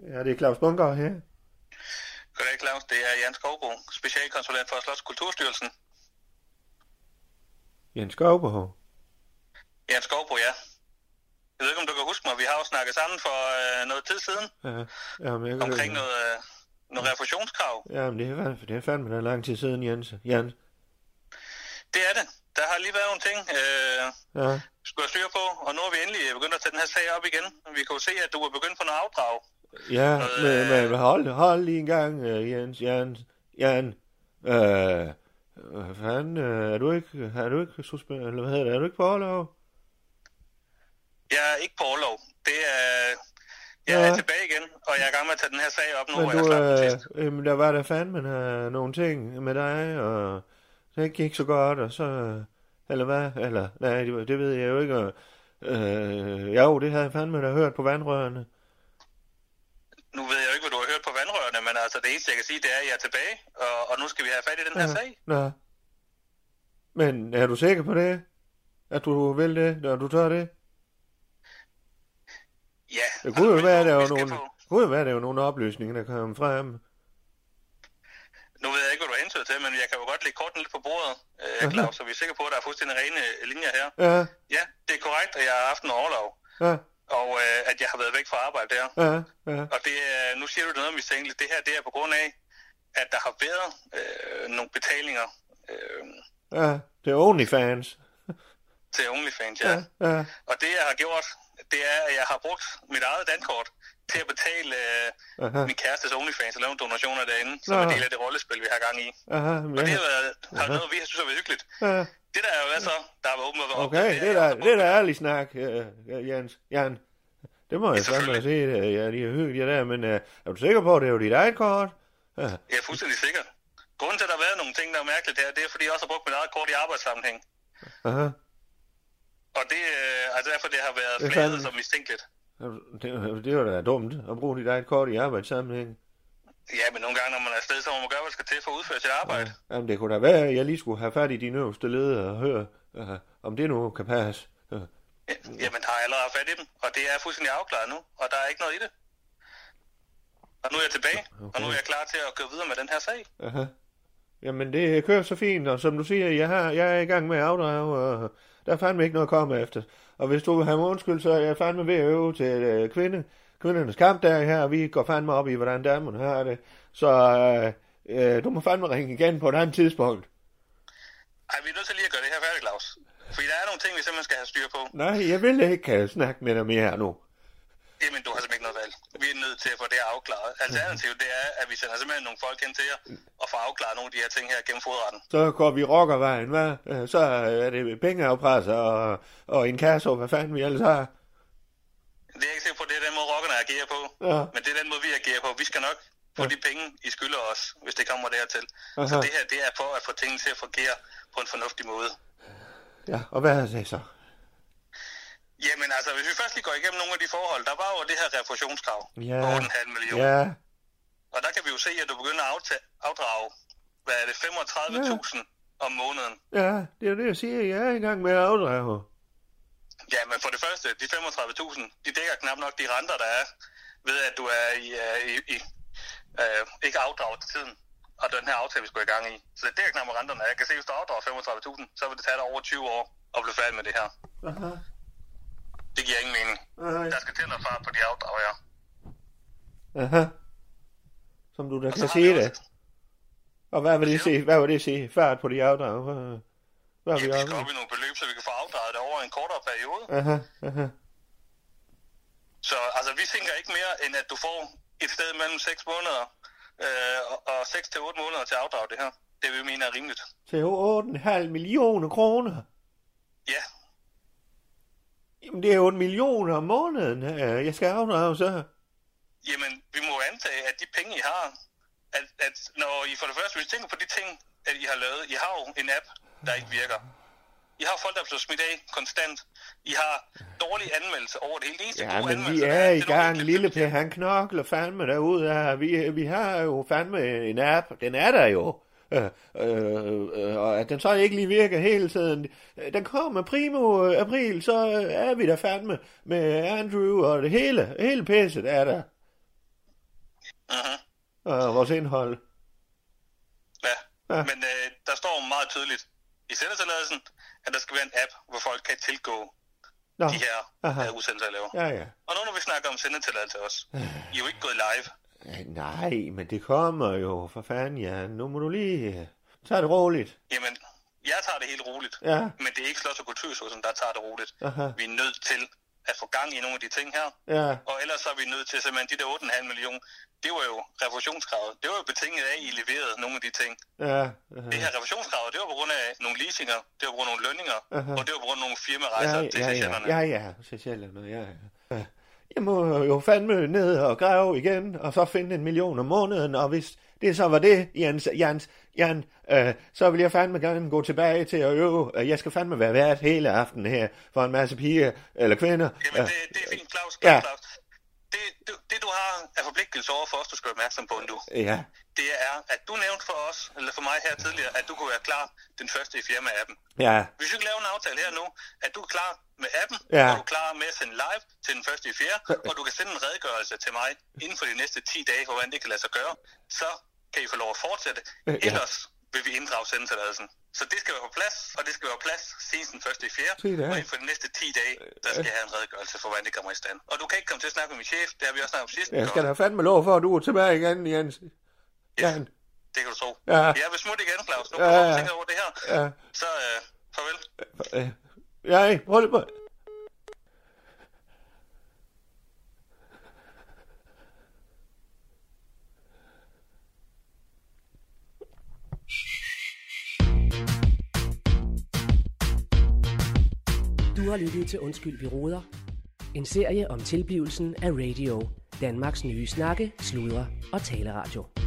Speaker 1: Øh. Ja, det er Claus Bunker her.
Speaker 11: Goddag, Claus. Det er Jan Skovbo, specialkonsulent for Slots Kulturstyrelsen.
Speaker 1: Jens Skovbehov.
Speaker 11: Jan Skovbo, ja. Jeg ved ikke, om du kan huske mig. Vi har jo snakket sammen for øh, noget tid siden
Speaker 1: Ja, jamen, jeg kan
Speaker 11: omkring noget, øh, noget refusionskrav.
Speaker 1: Jamen, det er, fandme- det er fandme da lang tid siden, Jens. Jens.
Speaker 11: Det er det. Der har lige været nogle ting, øh,
Speaker 1: Ja.
Speaker 11: skulle jeg styre på, og nu er vi endelig begyndt at tage den her sag op igen. Vi kan jo se, at du er begyndt på noget afdrag.
Speaker 1: Ja,
Speaker 11: Øh.
Speaker 1: men, men hold, hold lige en gang, øh, Jens, Jens, Jan. Øh, hvad fanden, øh, er du ikke, er du ikke suspend, eller hvad hedder det, er du ikke på overlov?
Speaker 11: Jeg er ikke på overlov. Det er... Jeg
Speaker 1: Ja.
Speaker 11: er tilbage igen, og jeg er i gang med at tage den her sag op nu,
Speaker 1: Men
Speaker 11: hvor jeg
Speaker 1: du,
Speaker 11: slap den sidst.
Speaker 1: øh, jamen, der var der fandme øh, nogle ting med dig, og det gik så godt, og så, øh, eller hvad, eller, nej, det, det ved jeg jo ikke, og, øh, jo, det havde jeg fandme da hørt på vandrørene.
Speaker 11: Nu ved jeg jo ikke, hvad du har hørt på vandrørene, men altså det eneste, jeg kan sige, det er, at jeg er tilbage, og, og nu skal vi have fat i den her sag.
Speaker 1: Nå. Men er du sikker på det? At du vil det, når du tør det?
Speaker 11: Ja.
Speaker 1: Det kunne jo
Speaker 11: altså,
Speaker 1: være,
Speaker 11: vi-
Speaker 1: der
Speaker 11: vi
Speaker 1: var
Speaker 11: skal
Speaker 1: nogle,
Speaker 11: på-
Speaker 1: det kunne jo være, der var nogle oplysninger, der kom frem.
Speaker 11: Nu ved jeg ikke, hvad du hentyder til, men jeg kan jo godt lægge korten lidt på bordet, øh, Claus, så vi er sikre på, at der er fuldstændig rene øh, linjer her.
Speaker 1: Ja,
Speaker 11: Ja, det er korrekt, at jeg har haft en overlov,
Speaker 1: ja,
Speaker 11: og øh, at jeg har været væk fra arbejde der.
Speaker 1: ja, ja.
Speaker 11: Og det, er- nu siger du noget mistænkeligt. Det her det er på grund af, at der har været øh, nogle betalinger øh,
Speaker 1: ja. Det er OnlyFans.
Speaker 11: til OnlyFans, ja.
Speaker 1: Ja, ja,
Speaker 11: Og det, jeg har gjort, det er, at jeg har brugt mit eget dankort til at betale øh,
Speaker 1: aha,
Speaker 11: min kærestes OnlyFans og lave nogle donationer derinde, som
Speaker 1: Nå.
Speaker 11: er del af det rollespil, vi har gang i.
Speaker 1: aha,
Speaker 11: Og det
Speaker 1: ja,
Speaker 11: har været har været noget, vi har synes har været hyggeligt.
Speaker 1: ja.
Speaker 11: Det der er jo altså, der er altså åbnet op.
Speaker 1: Okay, det er da, det er da ærlig snak, øh, øh, Jens. Jan, det må jeg fandme
Speaker 11: selvfølgelig.
Speaker 1: sige. øh, Ja, de er hyggelige der, men øh, er du sikker på, at det er jo dit eget kort? Ja,
Speaker 11: Jeg er fuldstændig sikker. Grunden til, at der har været nogle ting, der er mærkeligt her, det er, fordi jeg også har brugt mit eget kort i arbejdssammenhæng.
Speaker 1: Aha.
Speaker 11: Og det øh, altså derfor, det har været
Speaker 1: Det er
Speaker 11: flaget
Speaker 1: fandme-
Speaker 11: som mistænkeligt.
Speaker 1: Det, det var da dumt at bruge dit eget kort i arbejdssammenhæng.
Speaker 11: Ja, men nogle gange, når man er afsted, så må man gøre, hvad der skal til for at udføre sit arbejde.
Speaker 1: Jamen, det kunne da være, at jeg lige skulle have fat i dine øverste ledere og høre, øh, om det nu kan passe. Øh,
Speaker 11: Ja. Jamen, har jeg allerede haft fat i dem, og det er fuldstændig afklaret nu, og der er ikke noget i det. Og nu er jeg tilbage, okay. og nu er jeg klar til at gå videre med den her sag.
Speaker 1: aha. øh, Jamen, det kører så fint, og som du siger, jeg, har, jeg er i gang med at afdrage, og der er fandme ikke noget at komme efter. Og hvis du vil have mig undskyld, så er jeg fandme ved at øve til øh, kvinde, kvindernes kamp der her, og vi går fandme op i, hvordan damerne har det. Så øh, øh, du må fandme ringe igen på et andet tidspunkt.
Speaker 11: Ej, vi er nødt til lige at gøre det her færdigt, Claus. Fordi der er nogle ting, vi simpelthen skal have styr på.
Speaker 1: Nej, jeg vil ikke øh, snakke med dig mere nu.
Speaker 11: Jamen, du har simpelthen ikke noget valg. Vi er nødt til at få det her afklaret. Alternativet, det er, at vi sender simpelthen nogle folk hen til jer og får afklaret nogle af de her ting her gennem fodretten.
Speaker 1: Så går vi rockervejen, hvad? Øh, Så er det pengeafpresser og, og en kasse, og hvad fanden vi ellers har.
Speaker 11: Det er jeg ikke sikker på, det er den måde, rockerne agerer på.
Speaker 1: Ja.
Speaker 11: Men det er den måde, vi agerer på. Vi skal nok få de penge, I skylder os, hvis det kommer dertil. Så
Speaker 1: Aha.
Speaker 11: det her, det er for at få tingene til at fungere på en fornuftig måde.
Speaker 1: Ja, og hvad er det så?
Speaker 11: Jamen altså, hvis vi først lige går igennem nogle af de forhold, der var jo det her refusionskrav
Speaker 1: Ja.
Speaker 11: på 8,5 millioner.
Speaker 1: Ja,
Speaker 11: Og der kan vi jo se, at du begynder at afta- afdrage, hvad er det, 35.000 om måneden.
Speaker 1: ja, det er jo det, jeg siger. Jeg er i gang med at afdrage.
Speaker 11: Ja, men for det første, de 35.000, de dækker knap nok de renter, der er, ved at du er i, øh, i, i øh, ikke afdraget til tiden, og den her aftale, vi skulle i gang i. Så det dækker knap nok renterne. Jeg kan se, hvis du afdrager 35.000, så vil det tage dig over 20 år at blive færdig med det her.
Speaker 1: Aha.
Speaker 11: Det giver ingen mening.
Speaker 1: Nej.
Speaker 11: Der skal til noget fart på de afdrag her.
Speaker 1: Aha. Som du da kan sige det. Og hvad vil det sige? Hvad vil det sige? Fart på de afdrag. Hvad, hvad er vi
Speaker 11: Vi
Speaker 1: oppe
Speaker 11: skal op
Speaker 1: i?
Speaker 11: i nogle beløb, så vi kan få afdraget det over en kortere periode.
Speaker 1: Aha, aha.
Speaker 11: Så altså, vi tænker ikke mere, end at du får et sted mellem 6 måneder øh, og- og 6 til 8 måneder til at afdrage det her. Det vi mener er rimeligt.
Speaker 1: Til 8,5 millioner kroner.
Speaker 11: Ja,
Speaker 1: Jamen, det er jo en million om måneden, øh, jeg skal afdrage så.
Speaker 11: Jamen, vi må jo antage, at de penge, I har, at, at når I for det første, hvis I tænker på de ting, at I har lavet, I har jo en app, der ikke virker. I har folk, der bliver smidt af konstant. I har dårlige anmeldelser over det hele. Det eneste
Speaker 1: Ja,
Speaker 11: gode
Speaker 1: men vi
Speaker 11: anmeldelser,
Speaker 1: er i gang, lille Per, han knokler fandme derude af. Vi, vi har jo fandme en app, den er der jo. Øh, øh, øh, og at den så ikke lige virker hele tiden. Øh, Den kommer primo øh, april, så øh, er vi der fandme med Andrew og det hele. Hele pisset er der. Og vores indhold.
Speaker 11: Mhm, Ja.
Speaker 1: Ja.
Speaker 11: Men øh, der står jo meget tydeligt i sendetilladelsen, at der skal være en app, hvor folk kan tilgå
Speaker 1: Nå.
Speaker 11: de her
Speaker 1: Aha.
Speaker 11: øh, udsendelser, jeg laver.
Speaker 1: Ja, ja.
Speaker 11: Og nu når vi snakker om sendetilladelse også, I er jo ikke gået live.
Speaker 1: Øh, Nej, men det kommer jo, for fanden ja. Nu må du lige øh, tage det roligt.
Speaker 11: Jamen, jeg tager det helt roligt.
Speaker 1: Ja.
Speaker 11: Men det er ikke Slot og Kulturhusen, der tager det roligt.
Speaker 1: Aha.
Speaker 11: Vi er nødt til at få gang i nogle af de ting her.
Speaker 1: Ja.
Speaker 11: Og ellers så er vi nødt til simpelthen, de der 8,5 millioner, det var jo refusionskravet. Det var jo betinget af, at I leverede nogle af de ting.
Speaker 1: Ja,
Speaker 11: Det her refusionskravet, det var på grund af nogle leasinger, det var på grund af nogle lønninger,
Speaker 1: Aha.
Speaker 11: og det var på grund af nogle firmarejser til
Speaker 1: ja,
Speaker 11: Seychellerne.
Speaker 1: ja, ja, ja, Seychellerne, ja, ja. Øh, Jeg må jo fandme ned og grave igen, og så finde en million om måneden, og hvis det så var det, Jens, Jens, Jan, øh, så vil jeg fandme gerne gå tilbage til at øve. Øh, Jeg skal fandme være vært hele aftenen her for en masse piger eller kvinder. Øh,
Speaker 11: Jamen, det, det er fint, Claus.
Speaker 1: Ja.
Speaker 11: Claus, Claus. Det, det, det, du har af forpligtelse over for os, du skal være opmærksom på nu,
Speaker 1: Ja,
Speaker 11: det er, at du nævnte for os, eller for mig her tidligere, at du kunne være klar den første i firma-appen.
Speaker 1: ja,
Speaker 11: Hvis vi kan lave en aftale her nu, at du er klar med appen,
Speaker 1: Ja.
Speaker 11: og du er klar med at sende live til den første i fjerde, og du kan sende en redegørelse til mig inden for de næste 10 dage, for hvordan det kan lade sig gøre, så kan I få lov at fortsætte.
Speaker 1: Øh, ja.
Speaker 11: Ellers vil vi inddrage sendetilladelsen. Så det skal være på plads, og det skal være på plads senest den første i fjerde,
Speaker 1: Se der.
Speaker 11: og inden for de næste 10 dage, der skal jeg have en redegørelse for, hvordan det kommer i stand. Og du kan ikke komme til at snakke med min chef, det har vi også snakket om sidst.
Speaker 1: jeg skal
Speaker 11: Godt.
Speaker 1: da fandme lov for, at du er tilbage igen, Jens. Jan,
Speaker 11: Det kan du tro.
Speaker 1: Ja.
Speaker 11: Jeg vil smutte igen, Claus. Nu
Speaker 1: Ja,
Speaker 11: kan du
Speaker 1: ja.
Speaker 11: tænke over det her.
Speaker 1: ja,
Speaker 11: Så øh, farvel.
Speaker 1: øh, jeg, prøv lige på.
Speaker 12: Du har lyttet til Undskyld, vi råder. En serie om tilblivelsen af radio. Danmarks nye snakke, sludre og taleradio.